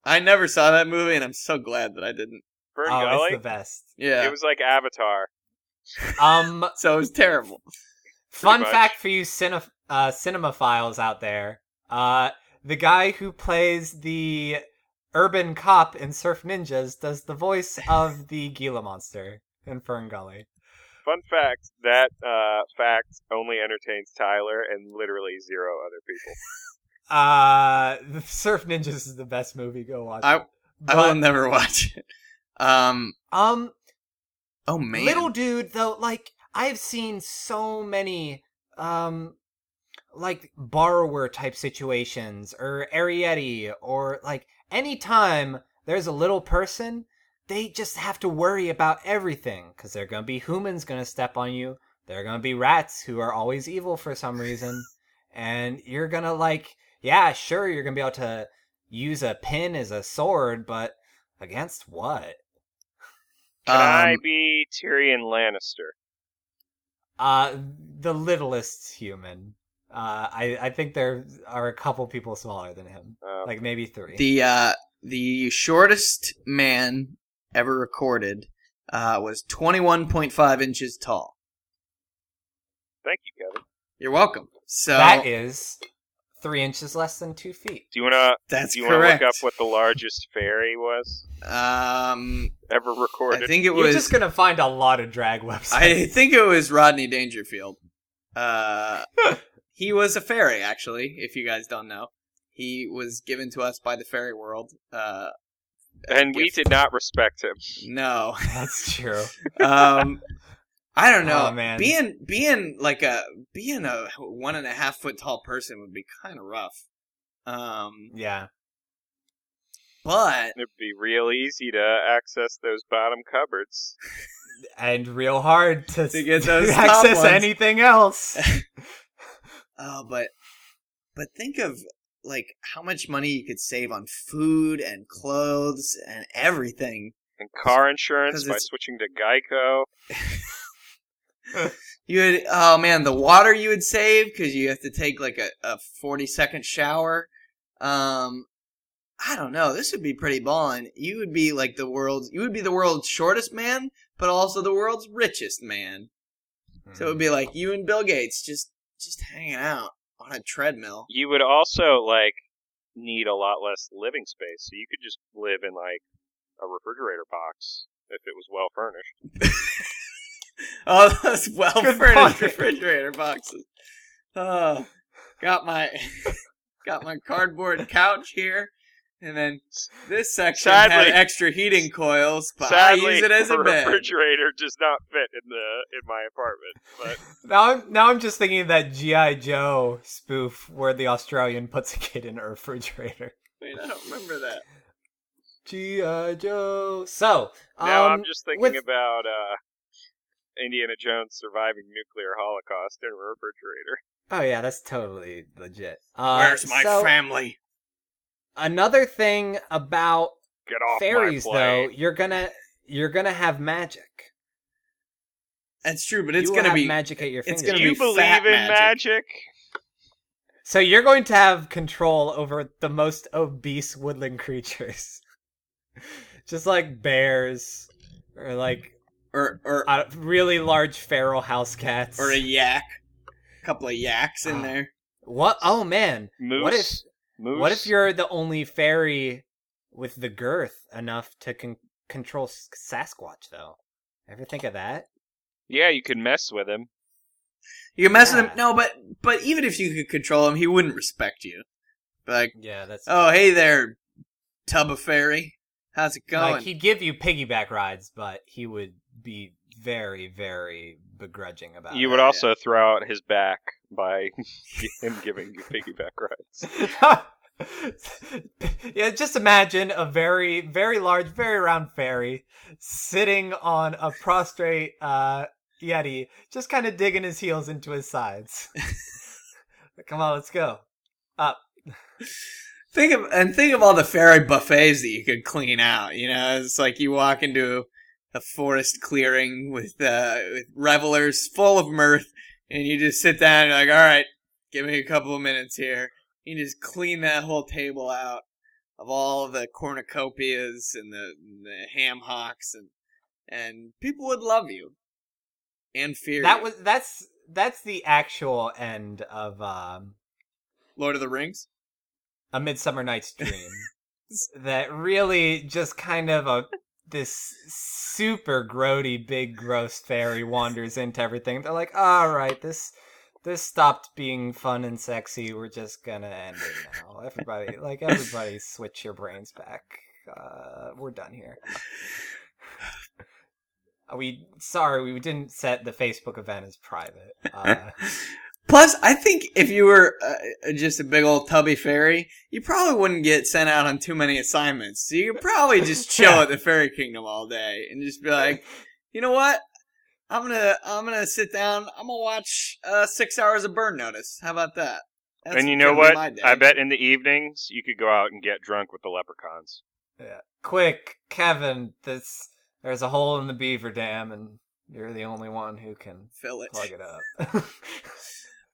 C: I never saw that movie, and I'm so glad that I didn't.
B: Vern
A: oh,
B: Gully.
A: it's the best.
C: Yeah,
B: It was like Avatar.
A: Um
C: so it was terrible.
A: fun
B: much.
A: fact for you cine- uh cinema files out there. Uh the guy who plays the urban cop in Surf Ninjas does the voice of the Gila monster in Fern Gully.
B: Fun fact: that uh, fact only entertains Tyler and literally zero other people.
A: Uh, Surf Ninjas is the best movie. Go watch.
C: I-
A: it.
C: I will
A: But,
C: never watch it. Um.
A: um,
C: Oh man.
A: Little dude though, like I have seen so many um like borrower type situations or Arietti or like anytime there's a little person, they just have to worry about everything because they're gonna be humans gonna step on you. There are gonna be rats who are always evil for some reason. and you're gonna like yeah, sure you're gonna be able to use a pin as a sword, but against what?
B: Can I
C: Um,
B: be Tyrion Lannister?
A: Uh, the littlest human. Uh, I I think there are a couple people smaller than him,
B: Um,
A: like maybe three.
C: the uh the shortest man ever recorded uh was 21.5 inches tall.
B: thank you, Kevin.
C: You're welcome. So
A: that is three inches less than two feet.
B: Do you wanna
C: that's
B: do you wanna
C: correct.
B: look up what the largest fairy was
C: um
B: ever
C: I
B: recorded?
C: think
A: You're
C: it was
A: just gonna find a lot of drag websites.
C: I think it was Rodney Dangerfield. Uh he was a fairy actually, if you guys don't know. He was given to us by the fairy world. Uh
B: and we
C: if-
B: did not respect him.
C: no.
A: That's true.
C: um i don't know
A: Oh, man.
C: being being like a being a one and a half foot tall person would be kind of rough um
A: Yeah.
C: but
B: It'd be real easy to access those bottom cupboards.
A: And real hard to,
C: To get those top
A: access
C: ones.
A: anything else.
C: oh but but think of like how much money you could save on food and clothes and everything
B: And car insurance
C: 'Cause
B: by
C: it's-
B: switching to Geico.
C: you would oh man the water you would save because you have to take like a, a 40 second shower um i don't know this would be pretty ballin you would be like the world's you would be the world's shortest man but also the world's richest man so it
A: Hmm.
C: would be like you and bill gates just just hanging out on a treadmill
B: You would also like need a lot less living space, so you could just live in like a refrigerator box if it was well furnished.
C: oh those well
A: point.
C: furnished refrigerator boxes oh got my got my cardboard couch here and then This section
B: Sadly-
C: had extra heating coils, but
B: Sadly,
C: I use it as
B: the
C: a bed.
B: refrigerator does not fit in the in my apartment. But
A: Hmm. now I'm now I'm just thinking of that GI Joe spoof where the Australian puts a kid in a refrigerator.
C: Wait, I don't remember that.
A: GI Joe. So
B: now
A: um,
B: I'm just thinking
A: with-
B: about uh, Indiana Jones surviving nuclear holocaust in a refrigerator.
A: Oh yeah, that's totally legit. Uh, so
C: family?
A: Another thing about
B: Get off
A: fairies,
B: my
A: though,
B: plane.
A: you're gonna you're gonna have magic.
C: That's true, but it's
A: you will
C: gonna
A: have
C: be
A: magic at your
C: it's
A: fingertips.
B: Do
C: gonna
B: you
C: be
B: believe
C: fat
B: in
C: magic.
B: magic?
A: So you're going to have control over the most obese woodland creatures, just like bears or like
C: or or
A: uh, really large feral house cats.
C: or a yak, a couple of yaks in
A: Ah.
C: there.
A: what? Oh man,
B: Moose.
A: What if-
B: Moose?
A: what if you're the only fairy with the girth enough to con- control S- Sasquatch though? Ever think of that?
B: Yeah, you can mess with him.
C: You're messing him.
A: Yeah.
C: No, but but even if you could control him, he wouldn't respect you. Like,
A: Yeah, that's
C: oh hey there, tub of fairy, how's it going?
A: like he'd give you piggyback rides, but he would be very, very begrudging
C: Ah,
A: about
B: You
A: it.
B: would also throw out his back by him giving you piggyback rides.
A: yeah, just imagine a very, very large, very round fairy sitting on a prostrate uh, yeti, just kind of digging his heels into his sides. Come on, let's go.
C: Think of and think of all the fairy buffets that you could clean out. You know, it's like you walk into a forest clearing with uh, with revelers full of mirth, and you just sit down. And you're like, all right, give me a couple of minutes here. You just clean that whole table out of all the cornucopias and the, the ham hocks, and and people would love you and fear.
A: That
C: you.
A: was that's that's the actual end of um,
C: Lord of the Rings.
A: A Midsummer Night's Dream that really just kind of a this super grody big gross fairy wanders into everything. They're like, "All right, this this stopped being fun and sexy. We're just gonna end it now. Everybody, like everybody, switch your brains back. Uh, we're done here. Uh, We sorry we didn't set the Facebook event as private. Uh,
C: Plus, I think if you were uh, just a big old tubby fairy, you probably wouldn't get sent out on too many assignments. So you could probably just chill
A: Yeah.
C: at the fairy kingdom all day and just be like, you know what? I'm gonna I'm gonna sit down. I'm gonna watch uh, six hours of Burn Notice. How about that? That's
B: and you know
C: gonna
B: what?
C: be my day.
B: I bet in the evenings you could go out and get drunk with the leprechauns.
A: quick, Kevin, this there's a hole in the beaver dam, and you're the only one who can
B: Oh,
C: fill it.
A: plug it up.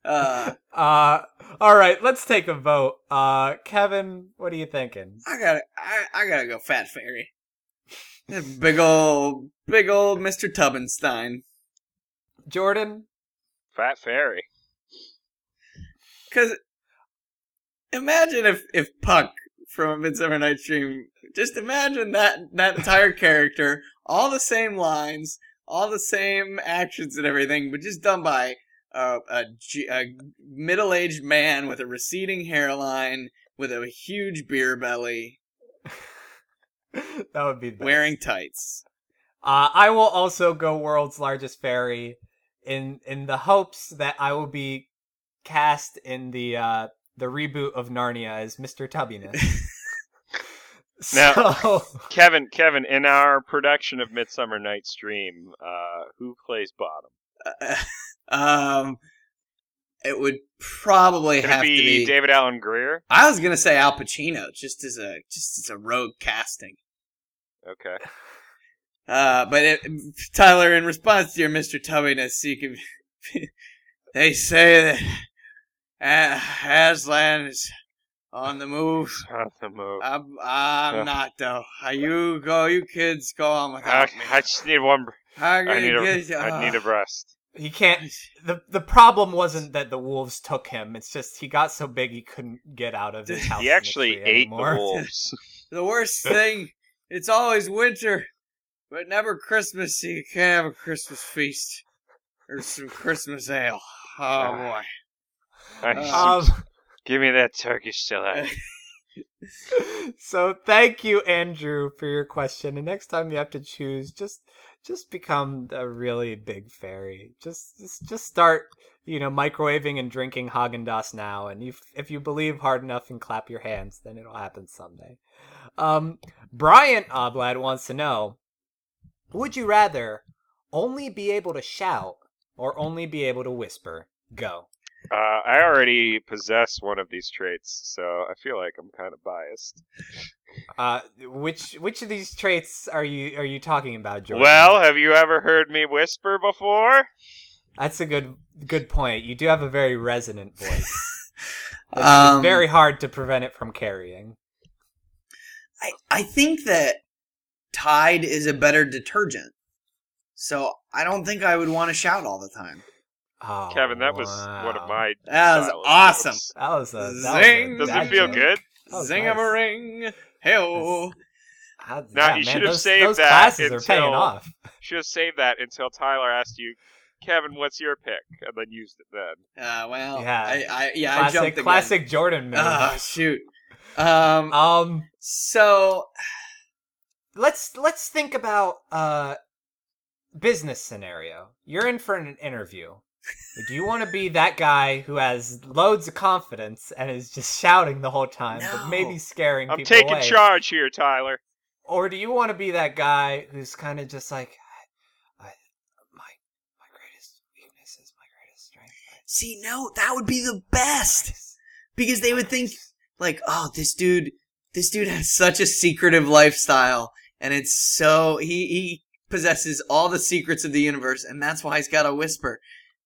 C: Uh,
A: uh, all right, let's take a vote. Uh, Kevin, what are you thinking?
C: I gotta I, I gotta go fat fairy. big old big old Mr. Tubbenstein.
A: Jordan,
B: Fat fairy.
C: Because imagine if if Puck from A Midsummer Night's Dream, just imagine that that entire character, all the same lines, all the same actions and everything, but just done by a, a g- a middle-aged man with a receding hairline, with a huge beer belly,
A: that would be best.
C: wearing tights.
A: Uh, I will also go world's largest fairy, in in the hopes that I will be cast in the uh, the reboot of Narnia as Mister Tubbiness.
B: Now-
A: so,
B: Kevin, Kevin, in our production of Midsummer Night's Dream, uh, who plays Bottom?
C: um, it would probably
B: Could
C: have
B: it be,
C: to be.
B: David Allen Greer?
C: I was gonna say Al Pacino, just as a just as a rogue casting.
B: Okay.
C: Uh, but it, Tyler, in response to your Mr. Tubbiness, you can. they say that uh, Aslan is on the move.
B: On the move.
C: I'm, I'm not though. Uh, You go, you kids, go on
B: I,
C: without me.
B: I just need one. br-
C: I'm
B: I
C: gonna
B: need
C: get you-
B: a. I need a
C: uh,
B: rest.
A: he can't. The the problem wasn't that the wolves took him. It's just he got so big he couldn't get out of his house. in
B: He
A: the
B: actually
A: tree
B: ate
A: anymore.
B: the wolves.
C: The worst thing, it's always winter, but never Christmas. so You can't have a Christmas feast or some Christmas ale. Oh boy.
B: I
C: Uh,
B: just-
A: Um,
B: give me that Turkish delight.
A: so thank you andrew for your question and next time you have to choose just just become a really big fairy just just, just start you know microwaving and drinking Haagen Dazs now and if if you believe hard enough and clap your hands then it'll happen someday um brian oblad wants to know would you rather only be able to shout or only be able to whisper go
B: Uh, I already possess one of these traits, so I feel like I'm kind of biased.
A: Uh, which which of these traits are you are you talking about, Jordan?
B: Well, have you ever heard me whisper before?
A: that's a good good point. You do have a very resonant voice. It's
C: Um,
A: very hard to prevent it from carrying.
C: I, I think that Tide is a better detergent. So I don't think I would want to shout all the time.
A: Oh,
B: Kevin, that was
A: wow.
B: one of my.
C: That was
B: style of
C: awesome.
B: jokes.
A: That was a that was a
C: Zing!
B: Does
A: bad
B: it feel
A: joke.
B: good?
A: That was
C: Zing of a
A: Oh, nice.
C: ring. Hey-o.
A: Ah,
B: Now,
A: yeah,
B: you
A: man,
B: should have
A: those-
B: saved
A: those
B: that
A: classes are paying
B: until-
A: off.
B: Should have saved that until Tyler asked you, Kevin, what's your pick, and then used it then.
C: Uh, well,
A: Yeah.
C: I, I, yeah, I
A: Classic
C: jumped the
A: classic Jordan move.
C: Gun. Ah, shoot. Um,
A: um,
C: so
A: let's let's think about uh business scenario. You're in for an interview. Do you want to be that guy who has loads of confidence and is just shouting the whole time, but
C: No.
A: maybe scaring
B: I'm
A: people
B: taking
A: away?
B: charge here, Tyler.
A: Or do you want to be that guy who's kind of just like, I, I, my my greatest weakness is my greatest strength.
C: see, no, that would be the
A: My
C: best
A: greatest-
C: because they would think like, oh, this dude, this dude has such a secretive lifestyle, and it's so he he possesses all the secrets of the universe, and that's why he's got a whisper.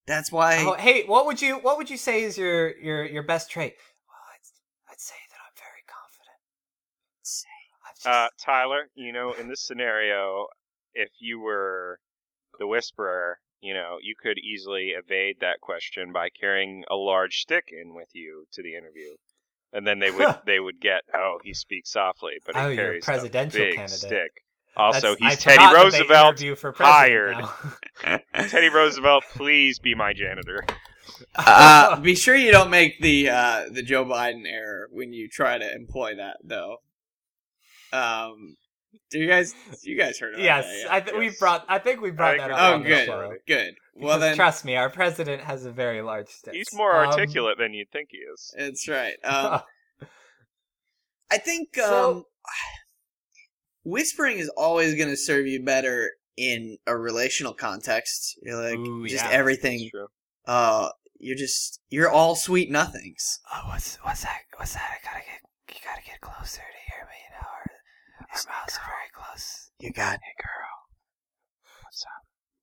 C: That's why.
A: Oh, hey, what would you what would you say is your your your best trait? Well, I'd, I'd say that I'm very confident.
C: Say.
A: I've just,
B: Uh, Tyler, you know, in this scenario, if you were the whisperer, you know, you could easily evade that question by carrying a large stick in with you to the interview. and then they would they would get oh he speaks softly, but he
A: Oh, you're a
B: carries a
A: presidential
B: big
A: candidate.
B: stick. Uh, Also,
A: That's- I
B: he's Teddy
A: forgot that they
B: Roosevelt.
A: interview for president
B: hired.
A: now.
B: Teddy Roosevelt, please be my janitor.
C: uh, be sure you don't make the uh, the Joe Biden error when you try to employ that, though. Um, do you guys you guys heard about
A: yes,
C: that?
A: I th- we
B: yes.
A: brought. I think we brought that
B: think we
A: up.
B: brought
C: Oh,
A: on the
C: good,
A: show.
C: good. Well
A: Because
C: then,
A: trust me, our president has a very large stick.
B: He's more
A: Um,
B: articulate than you'd think he is.
C: it's right. Um, I think um,
A: So-
C: whispering is always going to serve you better in a relational context. You're like
A: Ooh,
C: just
A: yeah.
C: everything.
B: true.
C: Uh, you're just you're all sweet nothings.
A: Oh, what's what's that? What's that? I gotta get you gotta get closer to hear me. You know, our, our mouths are very close.
C: You got
A: Hey, girl,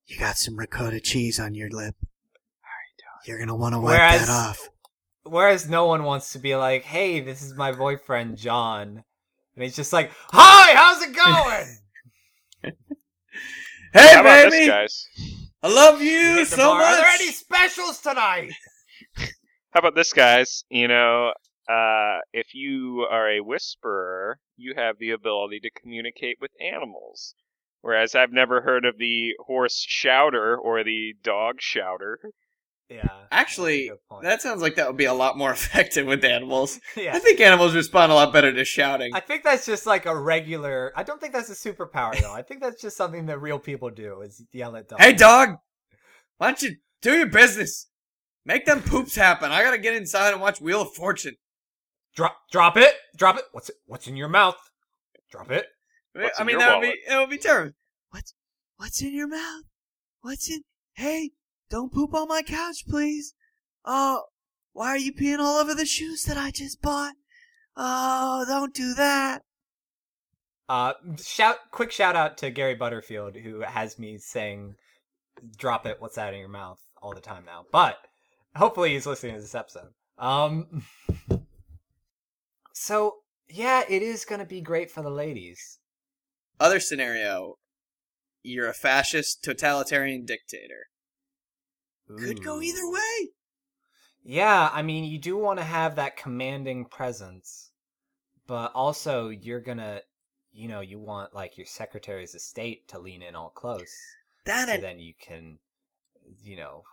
C: you got some ricotta cheese on your lip. You're gonna want to
A: wipe that Whereas- off. Whereas no one wants to be like, "Hey, this is my boyfriend John," and he's just like, "Hi, how's it going?"
C: Hey,
B: How about this,
C: baby,
B: guys?
C: I love you
A: Hit the
C: so
A: bar. Are there
C: much.
A: any specials tonight?
B: How about this, guys? You know, uh, if you are a whisperer, you have the ability to communicate with animals. Whereas I've never heard of the horse shouter or the dog shouter.
A: Yeah, that's
C: Actually,
A: a good point.
C: That sounds like that would be a lot more effective with animals. I
A: yeah.
C: think animals respond a lot better to shouting.
A: I think that's just like a regular. I don't think that's a superpower though. I think that's just something that real people do is yell at dogs.
C: Hey, dog, why don't you do your business? Make them poops happen. I gotta get inside and watch Wheel of Fortune.
A: drop, drop it, drop it. What's what's in your mouth? Drop it.
B: What's
C: I
B: in
C: mean,
B: your
C: that would
B: wallet?
C: be it would be terrible. What's what's in your mouth? What's in? Hey, don't poop on my couch, please. Oh, why are you peeing all over the shoes that I just bought? Oh, don't do that.
A: Uh, shout! Quick shout out to Gary Butterfield who has me saying, "Drop it, what's out of your mouth" all the time now. But hopefully he's listening to this episode. Um, so yeah, it is gonna be great for the ladies.
C: Other scenario: you're a fascist, totalitarian dictator. Could go
A: Ooh.
C: either
B: Hmm.
C: way.
A: Yeah, I mean, you do want to have that commanding presence, but also you're gonna, you know, you want like your secretaries of state to lean in all close,
C: That
A: so
C: and
A: then you can, you know,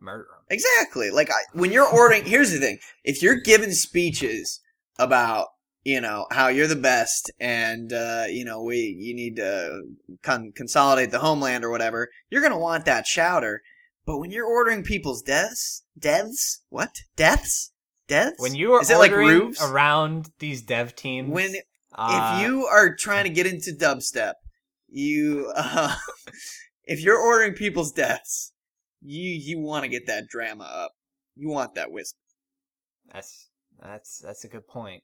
A: murder them.
C: Exactly. Like I, when you're ordering, here's the thing: if you're giving speeches about you know how you're the best and uh, you know we you need to con- consolidate the homeland or whatever, you're gonna want that chowder. But when you're ordering people's deaths, deaths, what deaths, deaths?
A: When you are
C: Is it like
A: ordering
C: roofs?
A: around these dev teams,
C: when
A: uh,
C: if you are trying to get into dubstep, you uh, if you're ordering people's deaths, you you want to get that drama up. You want that whisper.
A: that's that's that's a good point.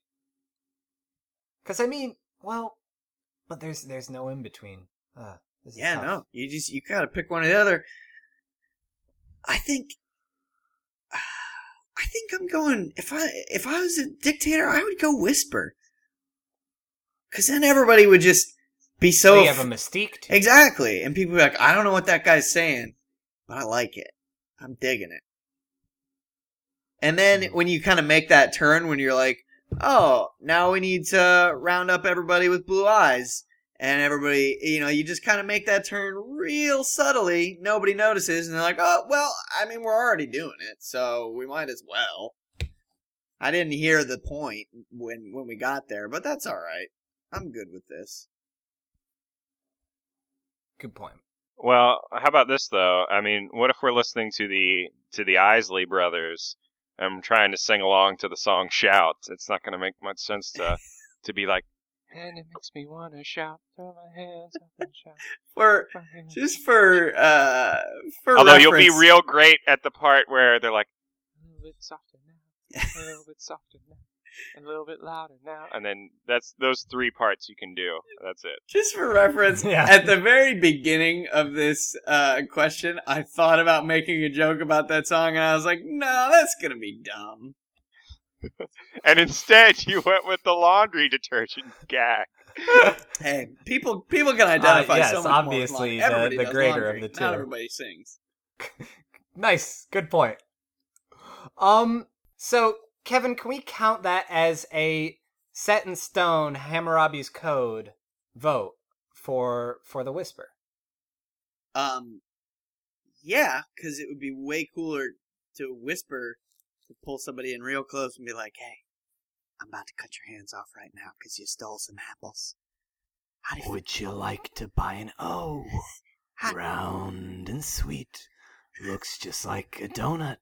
A: Because I mean, well, but there's there's no in between. Uh, this is
C: Yeah,
A: tough.
C: no, you just you gotta pick one or the other. I think, I think I'm going. If I if I was a dictator, I would go whisper, because then everybody would just be
A: So
C: so
A: you have a mystique. To it.
C: exactly, and people would be like, I don't know what that guy's saying, but I like it. I'm digging it. And then when you kind of make that turn, when you're like, oh, now we need to round up everybody with blue eyes. And everybody, you know, you just kind of make that turn real subtly. Nobody notices. And they're like, oh, well, I mean, we're already doing it. So we might as well. I didn't hear the point when, when we got there, but that's all right. I'm good with this.
A: Good point.
B: Well, how about this though? I mean, what if we're listening to the to the Isley Brothers? and I'm trying to sing along to the song "Shout." It's not going to make much sense to to be like, and it makes me want to shout, throw my hands up and shout.
C: Or
B: my hands up."
C: just for, uh, for
B: Although you'll be
C: reference-
B: real great at the part where they're like, a little bit softer now, a little bit softer now, and a little bit louder now, and then that's those three parts you can do. That's it.
C: Just for reference,
A: Yeah.
C: at the very beginning of this uh, question, I thought about making a joke about that song, and I was like, "No, that's gonna be dumb."
B: And instead, you went with the laundry detergent gag.
C: Hey, people people can identify.
A: Uh, yes,
C: so much more with
A: obviously
C: laundry.
A: the-
C: Everybody
A: the
C: does
A: greater
C: laundry.
A: of the
C: Not
A: two.
C: everybody sings.
A: Nice. Good point. Um, so Kevin, can we count that as a set in stone Hammurabi's code vote for for the whisper?
C: Um, yeah, because it would be way cooler to whisper to pull somebody in real close and be like, "Hey, I'm about to cut your hands off right now because you stole some apples. How do you?
D: Would you like to buy an O?
C: How,
D: Round and sweet. Looks just like a donut.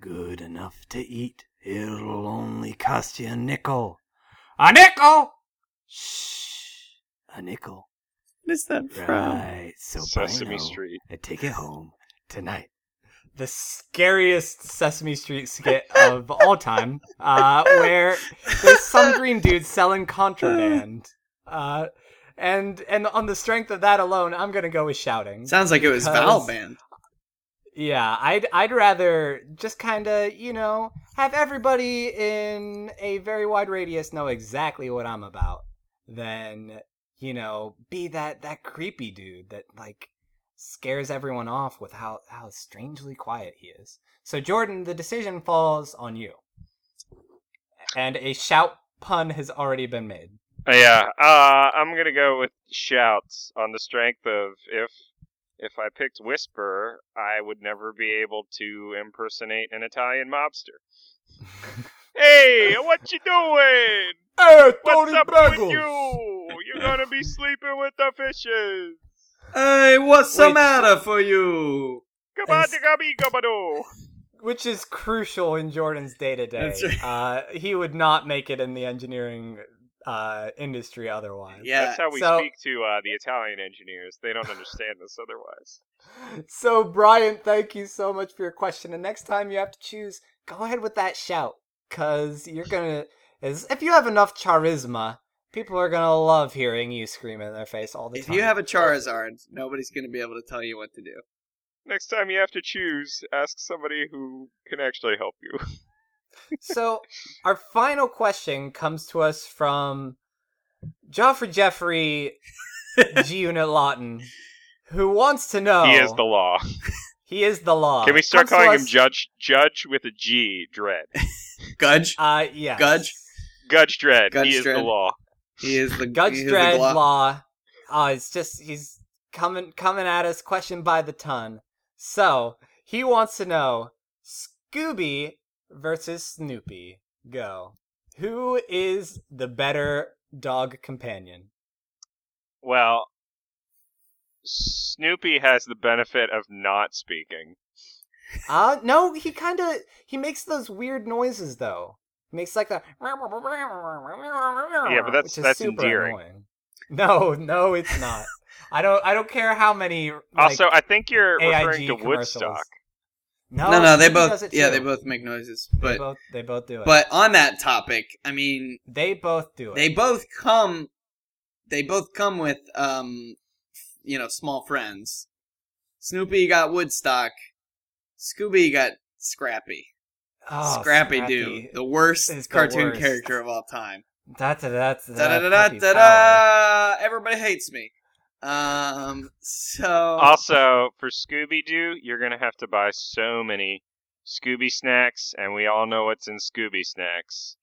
D: Good enough to eat. It'll only cost you a nickel. A nickel! Shh. A nickel.
C: where's that
D: Right. So buy
B: Sesame
D: an O
B: Street.
D: And take it home tonight.
A: The scariest Sesame Street skit of all time, uh, where there's some green dude selling contraband, uh, and and on the strength of that alone, I'm gonna go with shouting.
C: Sounds like it was
A: Because-
C: Val Band.
A: Yeah, I'd I'd rather just kind of you know have everybody in a very wide radius know exactly what I'm about than you know be that that creepy dude that like scares everyone off with how how strangely quiet he is. So Jordan, the decision falls on you, and a shout pun has already been made.
B: Oh, Yeah, uh, I'm gonna go with shouts on the strength of if if I picked Whisper, I would never be able to impersonate an Italian mobster. hey, what you doing?
A: Hey,
B: What's up with you? You're gonna be sleeping with the fishes.
C: Hey, what's the
A: Wait.
C: matter for you?
A: Yes.
B: Gabadagabigabadoh.
A: which is crucial in Jordan's day to day.
C: That's right.
A: Uh, He would not make it in the engineering uh, industry otherwise.
C: Yeah,
B: That's how we
A: so-
B: speak to uh, the Italian engineers. They don't understand this otherwise.
A: So, Brian, thank you so much for your question. And next time you have to choose, go ahead with that shout because you're gonna. Is if you have enough charisma, people are gonna love hearing you scream in their face all the
C: If
A: time.
C: you have a Charizard, nobody's going to be able to tell you what to do.
B: Next time you have to choose, ask somebody who can actually help you.
A: so our final question comes to us from Joffrey Jeffrey G Unit Lawton, who wants to know
B: He is the law.
A: He is the law.
B: Can we start
A: Oh. Comes to
B: calling
A: us-
B: him Judge Judge with a G? Dread.
C: Gudge,
A: Uh, yeah.
C: Gudge,
B: Gudge Dread.
C: Gudge
B: he is the
C: Dredd.
B: law.
C: he is the
A: Gudge
C: he is the
A: Dread
C: Glock.
A: Law. Uh, it's just he's coming coming at us question by the ton. So he wants to know Scooby versus Snoopy. Go. Who is the better dog companion?
B: Well, Snoopy has the benefit of not speaking.
A: Uh no, he kind of he makes those weird noises though. He makes like the yeah,
B: but that's- that's endearing.
A: No, no, it's not. I don't I don't care how many. Like,
B: also, I think you're
A: AIG
B: referring to
A: commercials.
B: Woodstock.
A: No,
C: No, no, they
A: Snoopy does
C: both
A: it
C: yeah,
A: too.
C: they both make noises,
A: they
C: but
A: both they both do it.
C: but on that topic, I mean,
A: they both do it.
C: they both come they both come with um you know small friends snoopy got woodstock scooby got scrappy
A: Oh,
C: scrappy, dude the worst
A: is the
C: cartoon
A: worst.
C: character of all time
A: That's that's that's
C: da da da da da everybody hates me um so
B: Also, for Scooby Doo, you're gonna have to buy so many Scooby snacks, and we all know what's in Scooby snacks.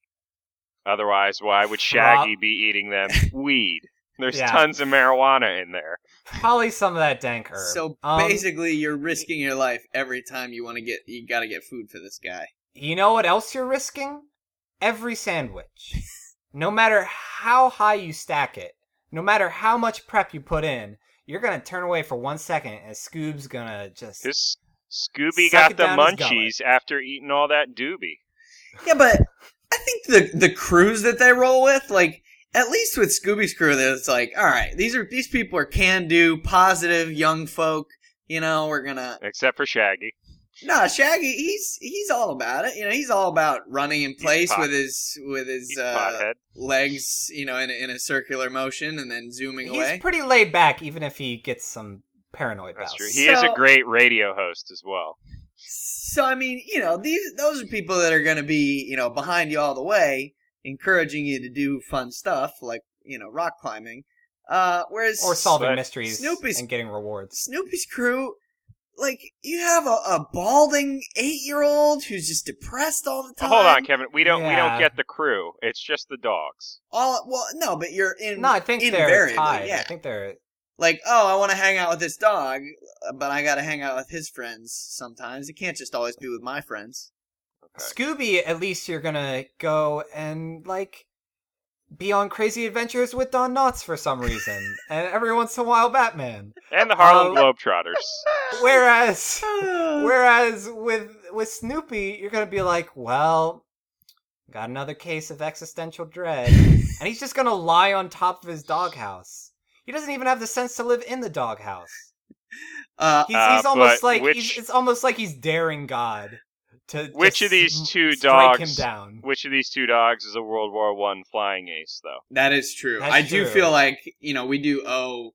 B: Otherwise, why would Shaggy be eating them? Weed. There's
A: Yeah.
B: tons of marijuana in there.
A: Probably some of that dank herb.
C: so
A: Um,
C: basically you're risking your life every time you want to get you got to get food for this guy
A: you know what else you're risking? Every sandwich, no matter how high you stack it, no matter how much prep you put in, you're gonna turn away for one second, and Scoob's gonna just
B: This Scooby
A: Suck it
B: got the
A: down his gullet.
B: munchies after eating all that doobie.
C: Yeah, but I think the the crews that they roll with, like at least with Scooby's crew, that it's like, all right, these are these people are can do, positive young folk. You know, we're gonna
B: Except for Shaggy.
C: nah. Shaggy, he's he's all about it. You know, he's all about running in place
B: pot-
C: with his with his
B: He's
C: uh,
B: pothead.
C: legs. You know, in a, in a circular motion and then zooming
A: he's
C: away.
A: pretty laid back, even if he gets some paranoid
B: That's
A: bouts.
B: true. He is a
C: So-
B: great radio host as well.
C: So I mean, you know, these those are people that are going to be, you know, behind you all the way, encouraging you to do fun stuff like, you know, rock climbing. Uh whereas
A: Or solving
B: But
A: mysteries
C: Snoopy's-
A: and getting rewards.
C: Snoopy's crew, like you have a, a balding eight year old who's just depressed all the time.
B: Hold on, Kevin. We don't we
A: Yeah.
B: don't get the crew. It's just the dogs.
C: All well, no, but you're in.
A: No, I think they're
C: Invariably,
A: tied. I
C: yeah.
A: think they're
C: like, oh, I want to hang out with this dog, but I got to hang out with his friends sometimes. It can't just always be with my friends.
A: Scooby. At least you're gonna go and like be on crazy adventures with Don Knotts for some reason, and every once in a while Batman.
B: And the
A: Um,
B: Harlem Globetrotters.
A: Whereas.
C: Where?
A: Whereas with with Snoopy, you're gonna be like, well, got another case of existential dread, and he's just gonna lie on top of his doghouse. He doesn't even have the sense to live in the doghouse.
C: Uh,
A: He's,
B: Uh,
A: he's almost
B: but
A: like
B: which-
A: he's, it's almost like he's daring God to. to
B: Which of these
A: s-
B: two
A: strike
B: dogs-
A: him down?
B: Which of these two dogs is a World War One flying ace, though?
C: that is true.
A: That's
C: I do
A: true.
C: feel like you know we do owe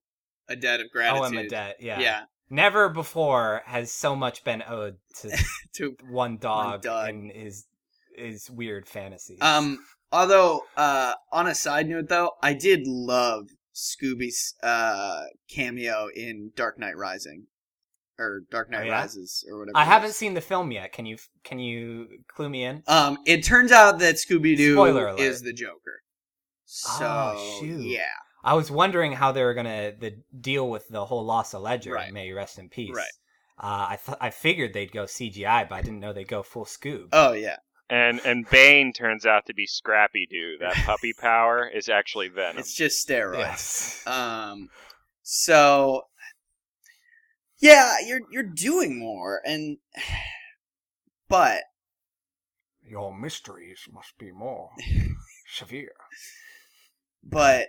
C: a debt of
A: Oh,
C: gratitude.
A: I'm a debt. Yeah.
C: yeah,
A: Never before has so much been owed to
C: to
A: one dog,
C: dog.
A: in his his weird fantasies.
C: Um, although, uh, on a side note though, I did love Scooby's uh cameo in Dark Knight Rising, or Dark Knight
A: Oh, yeah?
C: Rises, or whatever.
A: I
C: it
A: haven't
C: is.
A: seen the film yet. Can you can you clue me in?
C: Um, it turns out that Scooby
A: Spoiler
C: Doo
A: alert.
C: is the Joker. So
A: Oh, shoot.
C: yeah,
A: I was wondering how they were gonna the deal with the whole loss of Ledger.
C: Right.
A: May you rest in peace.
C: Right.
A: Uh, I th- I figured they'd go CGI, but I didn't know they'd go full Scoob.
C: oh yeah,
B: And and Bane turns out to be Scrappy Doo. That puppy power is actually Venom.
C: it's just steroids.
A: yes.
C: Um, so yeah, you're you're doing more, and but
D: Your mysteries must be more severe.
C: but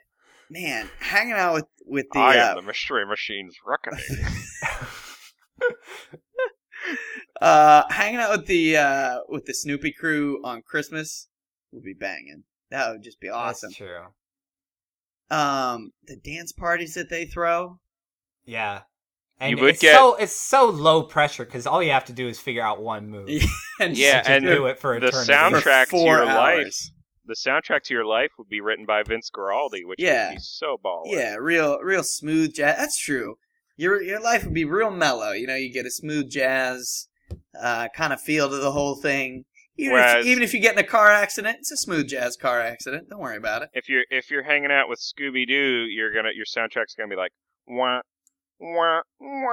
C: man, hanging out with with the
B: I
C: uh,
B: am the mystery machine's reckoning.
C: Uh, hanging out with the uh with the Snoopy crew on Christmas would be banging. That would just be awesome.
A: That's true.
C: Um, the dance parties that they throw.
A: Yeah. And
B: You would
A: it's
B: get-
A: so it's so low pressure because all you have to do is figure out one move.
C: Yeah, And
B: Yeah,
A: to
B: and
A: do it for
B: the
A: eternity.
B: soundtrack to
C: four
B: your
C: hours.
B: life. The soundtrack to your life would be written by Vince Guaraldi, which
C: Yeah.
B: would be so baller.
C: yeah, real real smooth jazz. That's true. Your your life would be real mellow. You know, you get a smooth jazz uh kind of feel to the whole thing. Even
B: Whereas-
C: if, even if you get in a car accident, it's a smooth jazz car accident. Don't worry about it.
B: If you're if you're hanging out with Scooby Doo, you're gonna your soundtrack's gonna be like wah wah wah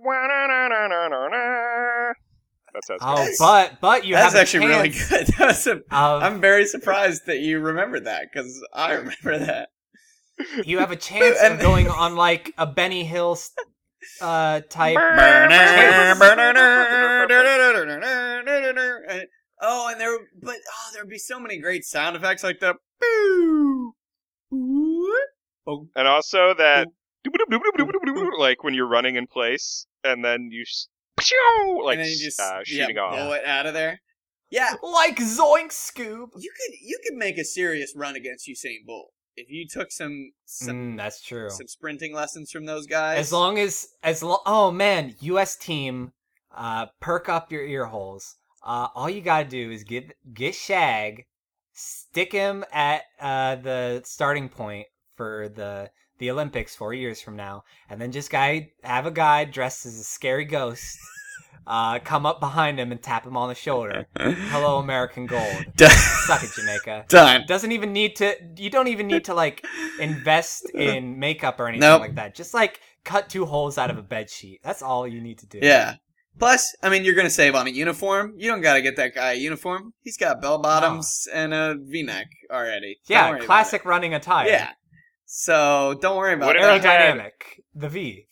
B: wah na na na na na na. That's how it's
A: Oh,
B: gonna
C: That's-
A: but but you
C: That's
A: have a
C: actually really
A: chance
C: good. That was a
A: of-
C: I'm very surprised that you remember that because I remember that.
A: you have a chance
C: And-
A: of going on like a Benny Hill uh, type.
C: oh, and there, but oh, there would be so many great sound effects like the boo, boo. Oh,
B: And also that like when you're running in place and then you s- like
C: and then you just
B: uh, shooting
C: yeah,
B: off.
C: blow it out of there. Yeah,
A: Like Zoink Scoob.
C: you could you could make a serious run against Usain Bolt if you took some some,
A: Mm, that's true.
C: some sprinting lessons from those guys.
A: As long as as long oh man, US team, uh perk up your ear holes. Uh all you gotta do is give get Shag, stick him at uh the starting point for the the Olympics four years from now, and then just guy have a guy dressed as a scary ghost uh come up behind him and tap him on the shoulder. Hello American Gold. Suck it, Jamaica.
C: done.
A: Doesn't even need to you don't even need to like invest in makeup or anything
C: Nope.
A: like that. Just like cut two holes out of a bed sheet. That's all you need to do.
C: Yeah. Plus, I mean, you're gonna save on a uniform. You don't gotta get that guy a uniform. He's got bell bottoms and a V-neck already. Don't worry
A: Yeah,
C: about
A: classic running
C: it.
A: attire.
C: Yeah. So don't worry about
B: What
C: it.
B: if he had-
A: Aerodynamic. The V.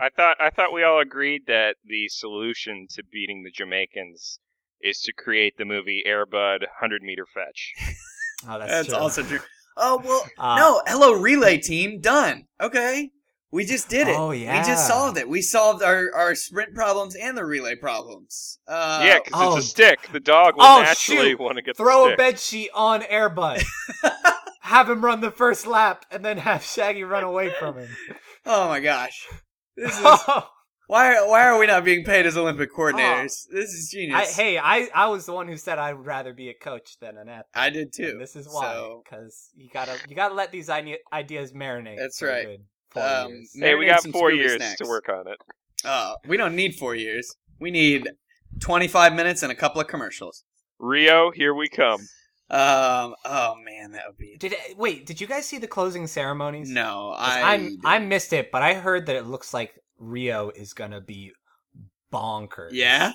B: I thought I thought we all agreed that the solution to beating the Jamaicans is to create the movie Airbud 100 meter fetch.
A: Oh, that's,
C: That's
A: true.
C: also true. Oh well,
A: Uh,
C: no. Hello, relay team. Done. Okay. We just did it.
A: Oh,
C: We
A: yeah.
C: just solved it. We solved our, our sprint problems and the relay problems. Uh,
B: yeah, because
A: oh.
B: it's a stick. The dog will
A: Oh,
B: naturally
A: shoot.
B: want to get the
A: Throw a
B: stick.
A: bed sheet on Airbud. have him run the first lap and then have Shaggy run away from him.
C: Oh my gosh. This is why. are- Why are we not being paid as Olympic coordinators? this is
A: Oh. I,
C: genius.
A: hey, I, I was the one who said I'd rather be a coach than an athlete.
C: I did too.
A: And this is why,
C: So-
A: because you gotta you gotta let these ine- ideas marinate.
C: That's
A: for a
C: right.
A: good four
C: Um,
A: years.
B: Hey, we
C: marinate
B: got
C: some
B: four
C: Scooby
B: years
C: snacks.
B: to work on it.
C: Uh, we don't need four years. We need 25 minutes and a couple of commercials.
B: Rio, here we come.
C: Um. Oh man, that would be
A: Did wait? Did you guys see the closing ceremonies?
C: no.
A: 'Cause
C: I
A: I'm- I missed it, but I heard that it looks like Rio is gonna be bonkers.
C: Yeah?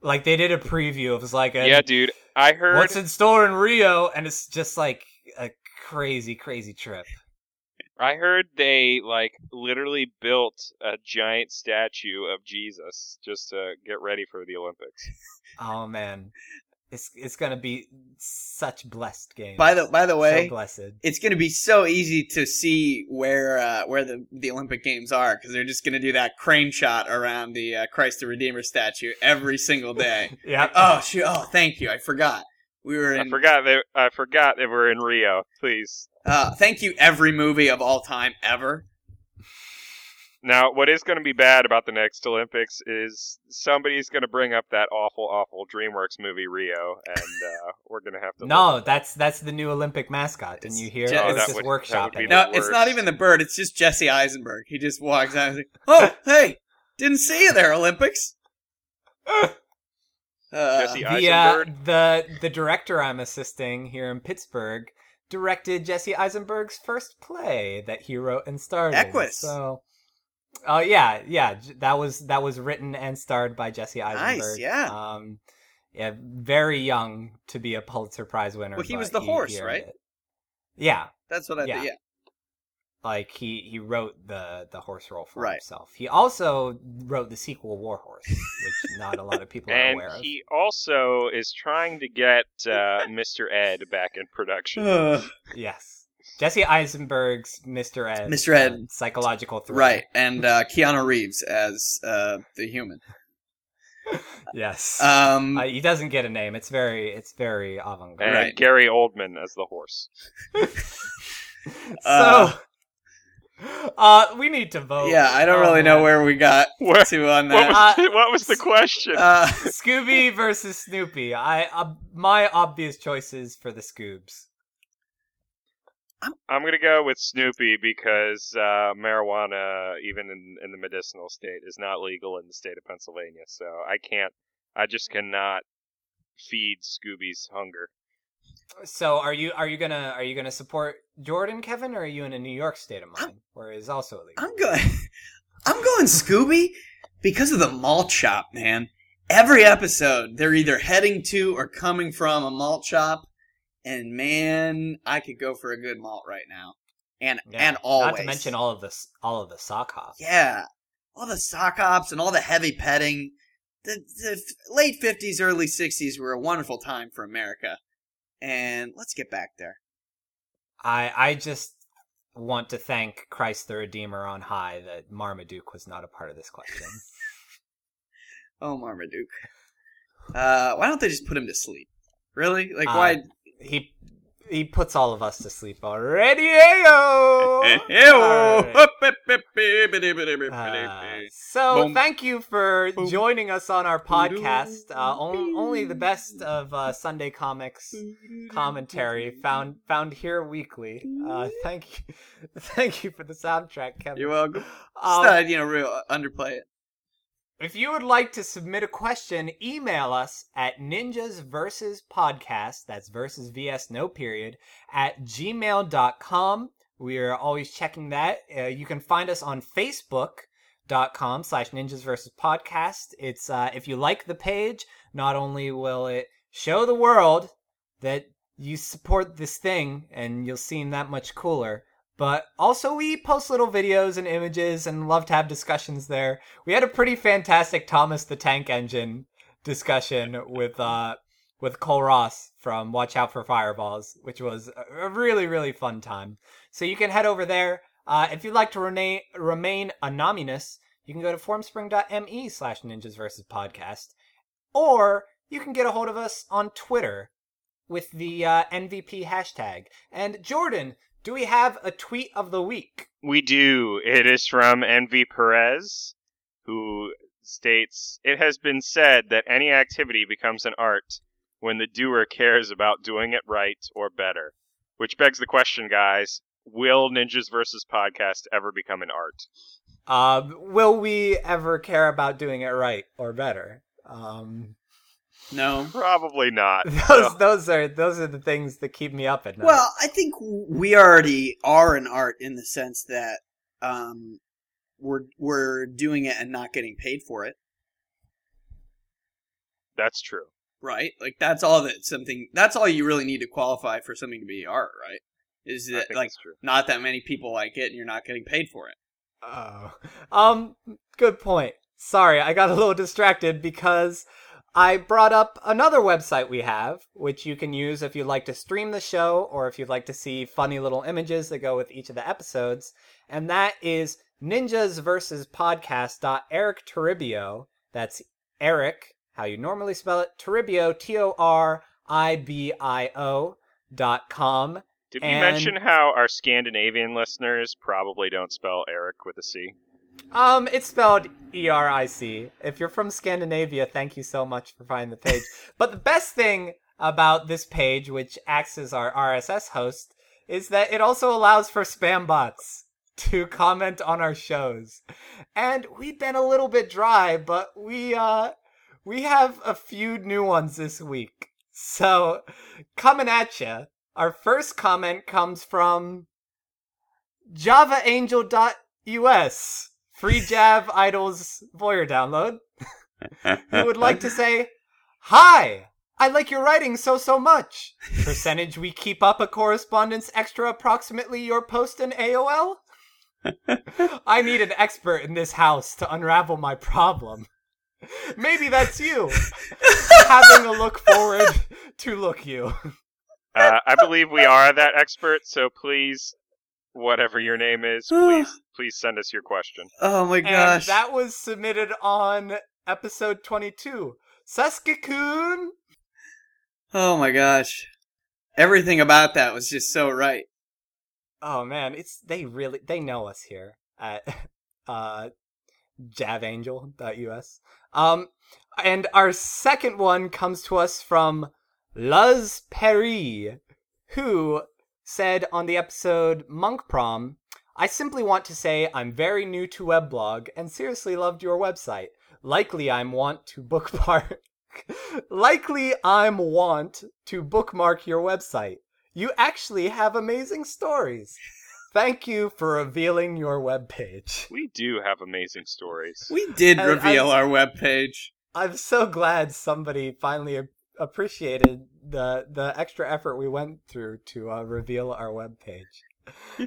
A: like they did a preview. It was like a
B: Yeah, dude. I heard
A: what's in store in Rio, and it's just like a crazy, crazy trip.
B: I heard they like literally built a giant statue of Jesus just to get ready for the Olympics.
A: Oh man, it's it's gonna be such blessed games.
C: By the by the way,
A: so blessed.
C: it's going to be so easy to see where uh, where the, the Olympic Games are because they're just going to do that crane shot around the uh, Christ the Redeemer statue every single day.
A: Yeah.
C: oh shoot! Oh, thank you. I forgot. We were in.
B: I forgot that I forgot that we're in Rio. Please.
C: Uh, thank you. Every movie of all time ever.
B: Now, what is going to be bad about the next Olympics is somebody's going to bring up that awful, awful DreamWorks movie Rio, and uh, we're going to have to. live
A: No, that's that's the new Olympic mascot. Didn't you hear?
C: Yeah,
A: I was
C: that
A: just
B: would- that would
A: workshopping.
B: be
A: it.
C: No,
B: The
C: it's not
B: worst.
C: even the bird. It's just Jesse Eisenberg. He just walks out. And he's like, oh, hey, didn't see you there, Olympics. Uh,
B: Jesse
A: the, uh,
B: Eisenberg.
A: the the director I'm assisting here in Pittsburgh directed Jesse Eisenberg's first play that he wrote and starred. in.
C: Equus.
A: So, oh yeah, yeah, j- that was that was written and starred by Jesse Eisenberg.
C: yeah.
A: Um, yeah, very young to be a Pulitzer Prize winner.
C: Well, he
A: but
C: was the horse,
A: earned
C: right?
A: it. Yeah,
C: that's what I
A: yeah.
C: thought. Yeah.
A: like he he wrote the the horse role for
C: Right.
A: himself. He also wrote the sequel War Horse, which not a lot of people are
B: And
A: aware of.
B: he also is trying to get uh, Mr. Ed back in production.
C: Ugh.
A: Yes. Jesse Eisenberg's Mr. Ed.
C: Mr. Ed.
A: uh, psychological thriller.
C: right, and uh, Keanu Reeves as uh, the human.
A: Yes.
C: Um,
A: Uh, he doesn't get a name. It's very, it's very avant
B: And
A: garde.
C: Right.
B: Gary Oldman as the horse.
C: Uh,
A: so, uh, we need to vote.
C: yeah, I don't
A: on
C: really know
A: that.
C: where we got
B: Where,
C: to on
B: what, was
C: that.
B: the, what was the question?
C: Uh,
A: Scooby versus Snoopy. I, uh, my obvious choices for the Scoobs.
B: I'm gonna go with Snoopy because uh, marijuana, even in, in the medicinal state, is not legal in the state of Pennsylvania. So I can't, I just cannot feed Scooby's hunger.
A: So, are you, are you gonna, are you gonna support Jordan, Kevin, or are you in a New York state of mind, where it is also illegal?
C: I'm going. I'm going Scooby because of the malt shop, man. Every episode, they're either heading to or coming from a malt shop, and man, I could go for a good malt right now, and
A: Yeah,
C: and always.
A: Not to mention all of the, s- all of the sock hops.
C: yeah, all the sock ops and all the heavy petting. The, the f- late fifties, early sixties were a wonderful time for America, and let's get back there.
A: I I just want to thank Christ the Redeemer on high that Marmaduke was not a part of this question.
C: Oh, Marmaduke. Uh, why don't they just put him to sleep? Really? Like,
A: Uh,
C: why?
A: he he puts all of us to sleep already. Ayo! Alright. Uh, so
C: Boom.
A: thank you for
C: Boom.
A: joining us on our podcast. Uh, on, only the best of uh, Sunday comics commentary found found here weekly. Uh, thank you, thank you for the soundtrack, Kevin.
C: You're welcome.
A: Um,
C: Just thought, you know, real uh, underplay it.
A: If you would like to submit a question, email us at ninjas versus podcast, that's versus vs no period, at gmail.com. We are always checking that. Uh, you can find us on facebook.com slash ninjas versus podcast. It's, uh, if you like the page, not only will it show the world that you support this thing and you'll seem that much cooler, but also we post little videos and images and love to have discussions there we had a pretty fantastic Thomas the Tank Engine discussion with uh with Cole Ross from Watch Out for Fireballs, which was a- a really really fun time. So you can head over there. Uh, if you'd like to remain remain anonymous, you can go to formspring.me slash ninjas versus podcast, or you can get a hold of us on Twitter with the uh, NVP hashtag. And Jordan, do we have a tweet of the week?
B: We do. It is from Envy Perez, who states, "It has been said that any activity becomes an art when the doer cares about doing it right or better." Which begs the question, guys: Will Ninjas versus Podcast ever become an art?
A: Um, will we ever care about doing it right or better? Um,
C: No.
B: Probably not.
A: those
B: So,
A: those are those are the things that keep me up at night.
C: Well, I think we already are an art in the sense that um, we're we're doing it and not getting paid for it,
B: that's true.
C: right? Like that's all that something that's all you really need to qualify for something to be art, right? Is
B: I
C: that
B: think
C: like
B: that's true.
C: not that many people like it and you're not getting paid for it.
A: Oh. Um, good point. Sorry, I got a little distracted because I brought up another website we have, which you can use if you'd like to stream the show or if you'd like to see funny little images that go with each of the episodes. And that is ninjas versus podcast. Eric Toribio. That's Eric, how you normally spell it. Toribio, T O R I B I O dot com.
B: Did we
A: And-
B: mention how our Scandinavian listeners probably don't spell Eric with a C?
A: Um, it's spelled E R I C. If you're from Scandinavia, thank you so much for finding the page. but the best thing about this page, which acts as our RSS host, is that it also allows for spam bots to comment on our shows. And we've been a little bit dry, but we uh we have a few new ones this week. So coming at ya. Our first comment comes from javaangel.us. Free Jav Idols Voyeur download. Who would like to say, Hi, I like your writing so, so much. Percentage we keep up a correspondence extra approximately your post in AOL? I need an expert in this house to unravel my problem. Maybe that's you. Having a look forward to look you.
B: Uh, I believe we are that expert, so please, whatever your name is, please, please send us your question.
C: Oh my
A: And
C: gosh.
A: that was submitted on episode 22. Saskatoon.
C: oh my gosh. Everything about that was just so right.
A: Oh man, it's they really they know us here at uh javangel.us. Um and our second one comes to us from Luz Perry, who said on the episode Monk Prom, I simply want to say I'm very new to weblog and seriously loved your website. Likely I'm want to bookmark Likely I'm want to bookmark your website. You actually have amazing stories. Thank you for revealing your webpage.
B: We do have amazing stories.
C: We did
A: I-
C: reveal
A: I-
C: our webpage.
A: I'm so glad somebody finally a- appreciated the the extra effort we went through to uh, reveal our webpage.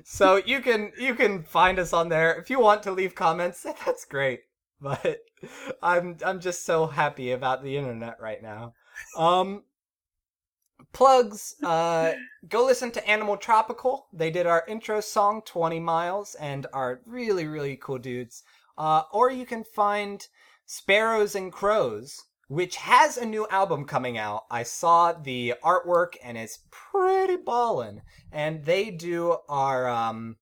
A: So you can you can find us on there if you want to leave comments. That's great, but I'm I'm just so happy about the internet right now. Um, plugs. Uh, go listen to Animal Tropical. They did our intro song, 20 Miles, and are really, really cool dudes. Uh, or you can find Sparrows and Crows, which has a new album coming out. I saw the artwork and it's pretty ballin'. And they do our, um,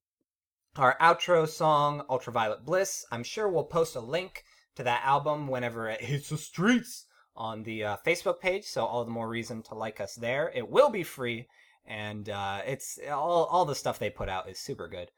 A: our outro song, Ultraviolet Bliss. I'm sure we'll post a link to that album whenever it hits the streets on the uh, Facebook page. So all the more reason to like us there. It will be free, and uh, it's all all the stuff they put out is super good.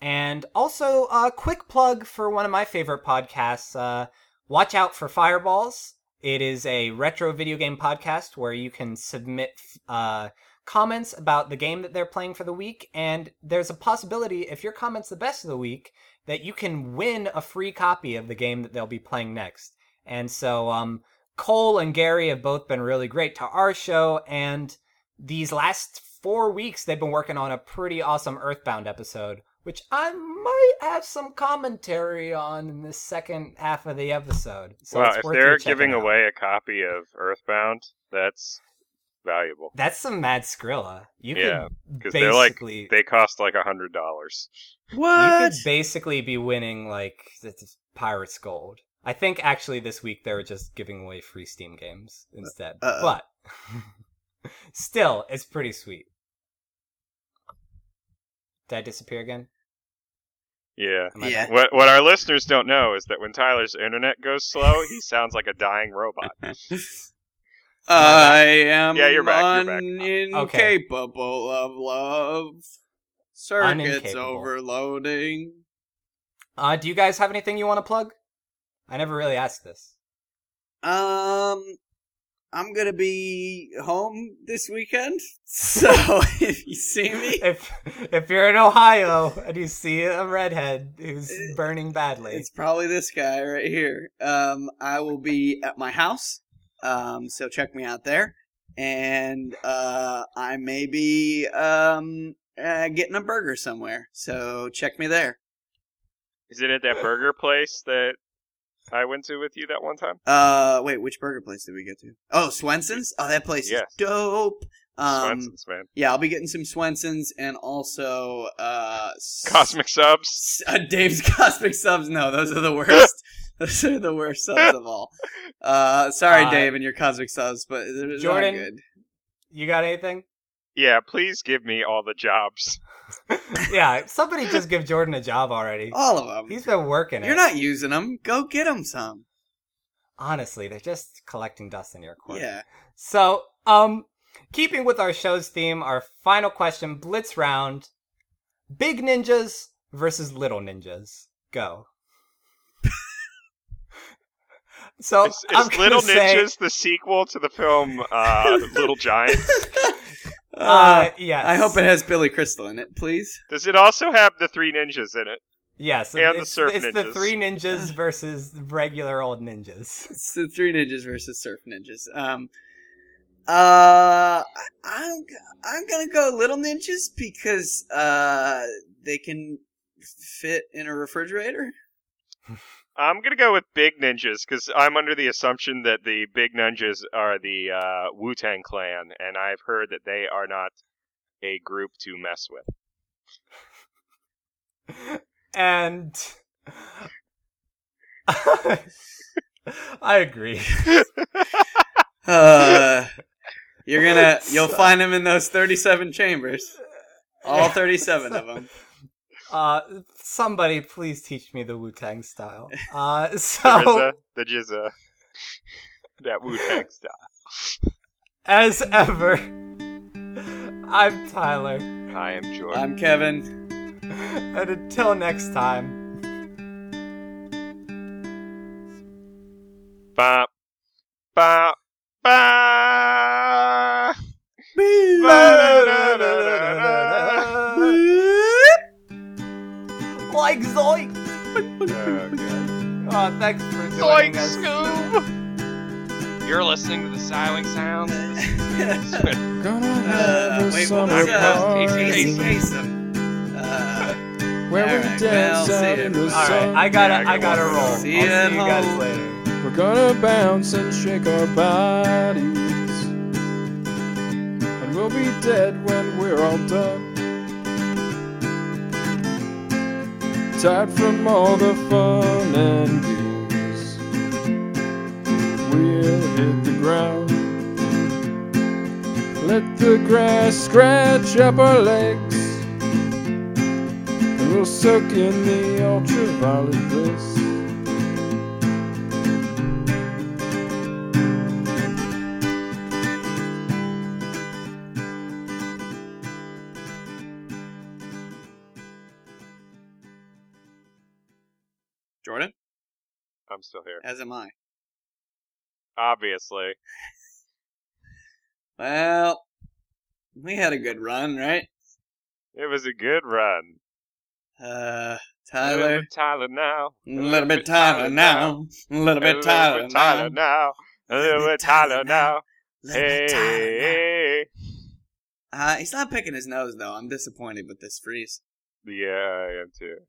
A: And also, a uh, quick plug for one of my favorite podcasts. Uh, Watch out for Fireballs. It is a retro video game podcast where you can submit uh, comments about the game that they're playing for the week, and there's a possibility if your comment's the best of the week that you can win a free copy of the game that they'll be playing next. And so, um, Cole and Gary have both been really great to our show, and these last four weeks they've been working on a pretty awesome Earthbound episode, which I might have some commentary on in the second half of the episode. So
B: wow,
A: it's
B: if
A: worth you
B: they're
A: checking
B: giving
A: out.
B: away a copy of Earthbound, that's valuable.
A: that's some mad Skrilla. You
B: Yeah,
A: could
B: 'cause they're like-
A: basically
B: They cost like a hundred dollars.
A: You
C: What?
A: could basically be winning like th- th- Pirates Gold. I think actually this week they were just giving away free Steam games instead.
C: Uh, Uh-oh.
A: But still, it's pretty sweet. Did I disappear again?
B: Yeah.
A: Am I
C: Yeah.
A: back?
B: What what our listeners don't know is that when Tyler's internet goes slow, he sounds like a dying robot.
C: I am
B: Yeah, you're back, you're
A: Okay.
C: incapable of love.
A: Unincapable.
C: Circuits overloading.
A: Uh, do you guys have anything you want to plug? I never really asked this.
C: Um, I'm gonna be home this weekend, so if you see me,
A: If if you're in Ohio and you see a redhead who's burning badly,
C: Uh, it's probably this guy right here. Um, I will be at my house, um, so check me out there, and uh, I may be um uh, getting a burger somewhere, so check me there.
B: Is it at that burger place that I went to with you that one time?
C: Uh, wait, which burger place did we get to? Oh, Swenson's. Oh, that place
B: Yes.
C: is dope. Um,
B: Swenson's, man.
C: yeah, I'll be getting some Swenson's and also uh, s-
B: Cosmic subs.
C: S- Uh, Dave's cosmic subs. No, those are the worst. those are the worst subs of all. Uh, sorry,
A: Uh,
C: Dave, and your cosmic subs, but they're not
A: Jordan?
C: good.
A: you got anything?
B: Yeah, please give me all the jobs.
A: yeah, somebody just give Jordan a job already.
C: All of them.
A: He's been working it.
C: Oh, You're not using them. Go get them some.
A: Honestly, they're just collecting dust in your court.
C: Yeah.
A: So, um, keeping with our show's theme, our final question blitz round: big ninjas versus little ninjas. Go. so
B: Is,
A: I'm
B: is Little
A: gonna say,
B: Ninjas the sequel to the film uh, Little Giants?
C: Uh,
A: Uh, yes.
C: I hope it has Billy Crystal in it, please.
B: Does it also have the three ninjas in it?
A: Yes,
B: and the
A: it's,
B: surf
A: it's the
B: ninjas.
A: three ninjas versus regular old ninjas.
C: It's the three ninjas versus surf ninjas. Um, uh, I- I'm I'm gonna go little ninjas because uh they can fit in a refrigerator.
B: I'm gonna go with Big Ninjas because I'm under the assumption that the Big Ninjas are the uh, Wu Tang Clan, and I've heard that they are not a group to mess with.
A: And I agree.
C: Uh, you're gonna you'll
A: So-
C: find him in those 37 chambers all 37 of them
A: Uh, somebody please teach me the Wu Tang style. Uh,
B: The
A: so
B: RZA, the Jizza, that Wu Tang stuff.
A: as ever, I'm Tyler,
B: I am Jordan.
C: i'm kevin
A: and until next time.
B: Ba ba ba.
A: like Zoink! Oh, thanks for joining
B: Zoink
A: us.
B: Scoob! You're listening to the Siling Sounds.
E: Gonna have
C: uh,
E: a
C: wait what
E: summer
C: was
B: that?
E: party
C: uh,
B: Casey
C: Casey Kasem. uh,
E: where
C: All
E: we
C: right,
E: dance
C: well, see
E: out in
C: ya.
E: the
A: All right,
E: sun.
A: I gotta,
B: Yeah,
A: I gotta
B: I gotta
A: roll.
B: roll.
C: See
A: I'll
C: you at
A: see you guys
C: home.
A: later.
E: We're gonna bounce and shake our bodies, and we'll be dead when we're all done. Tired from all the fun and games, we'll hit the ground. Let the grass scratch up our legs. And we'll soak in the ultraviolet bliss.
C: jordan
B: I'm still here.
C: as am i
B: Obviously.
C: well we had a good run right
B: It was a good run. A
C: uh
B: little
C: tyler
B: bit Tyler now.
C: a little bit tyler now a little bit tyler now
B: Tyler now. A little bit Tyler now. Hey.
C: uh, he's not picking his nose though i'm disappointed with this freeze
B: Yeah, I am too.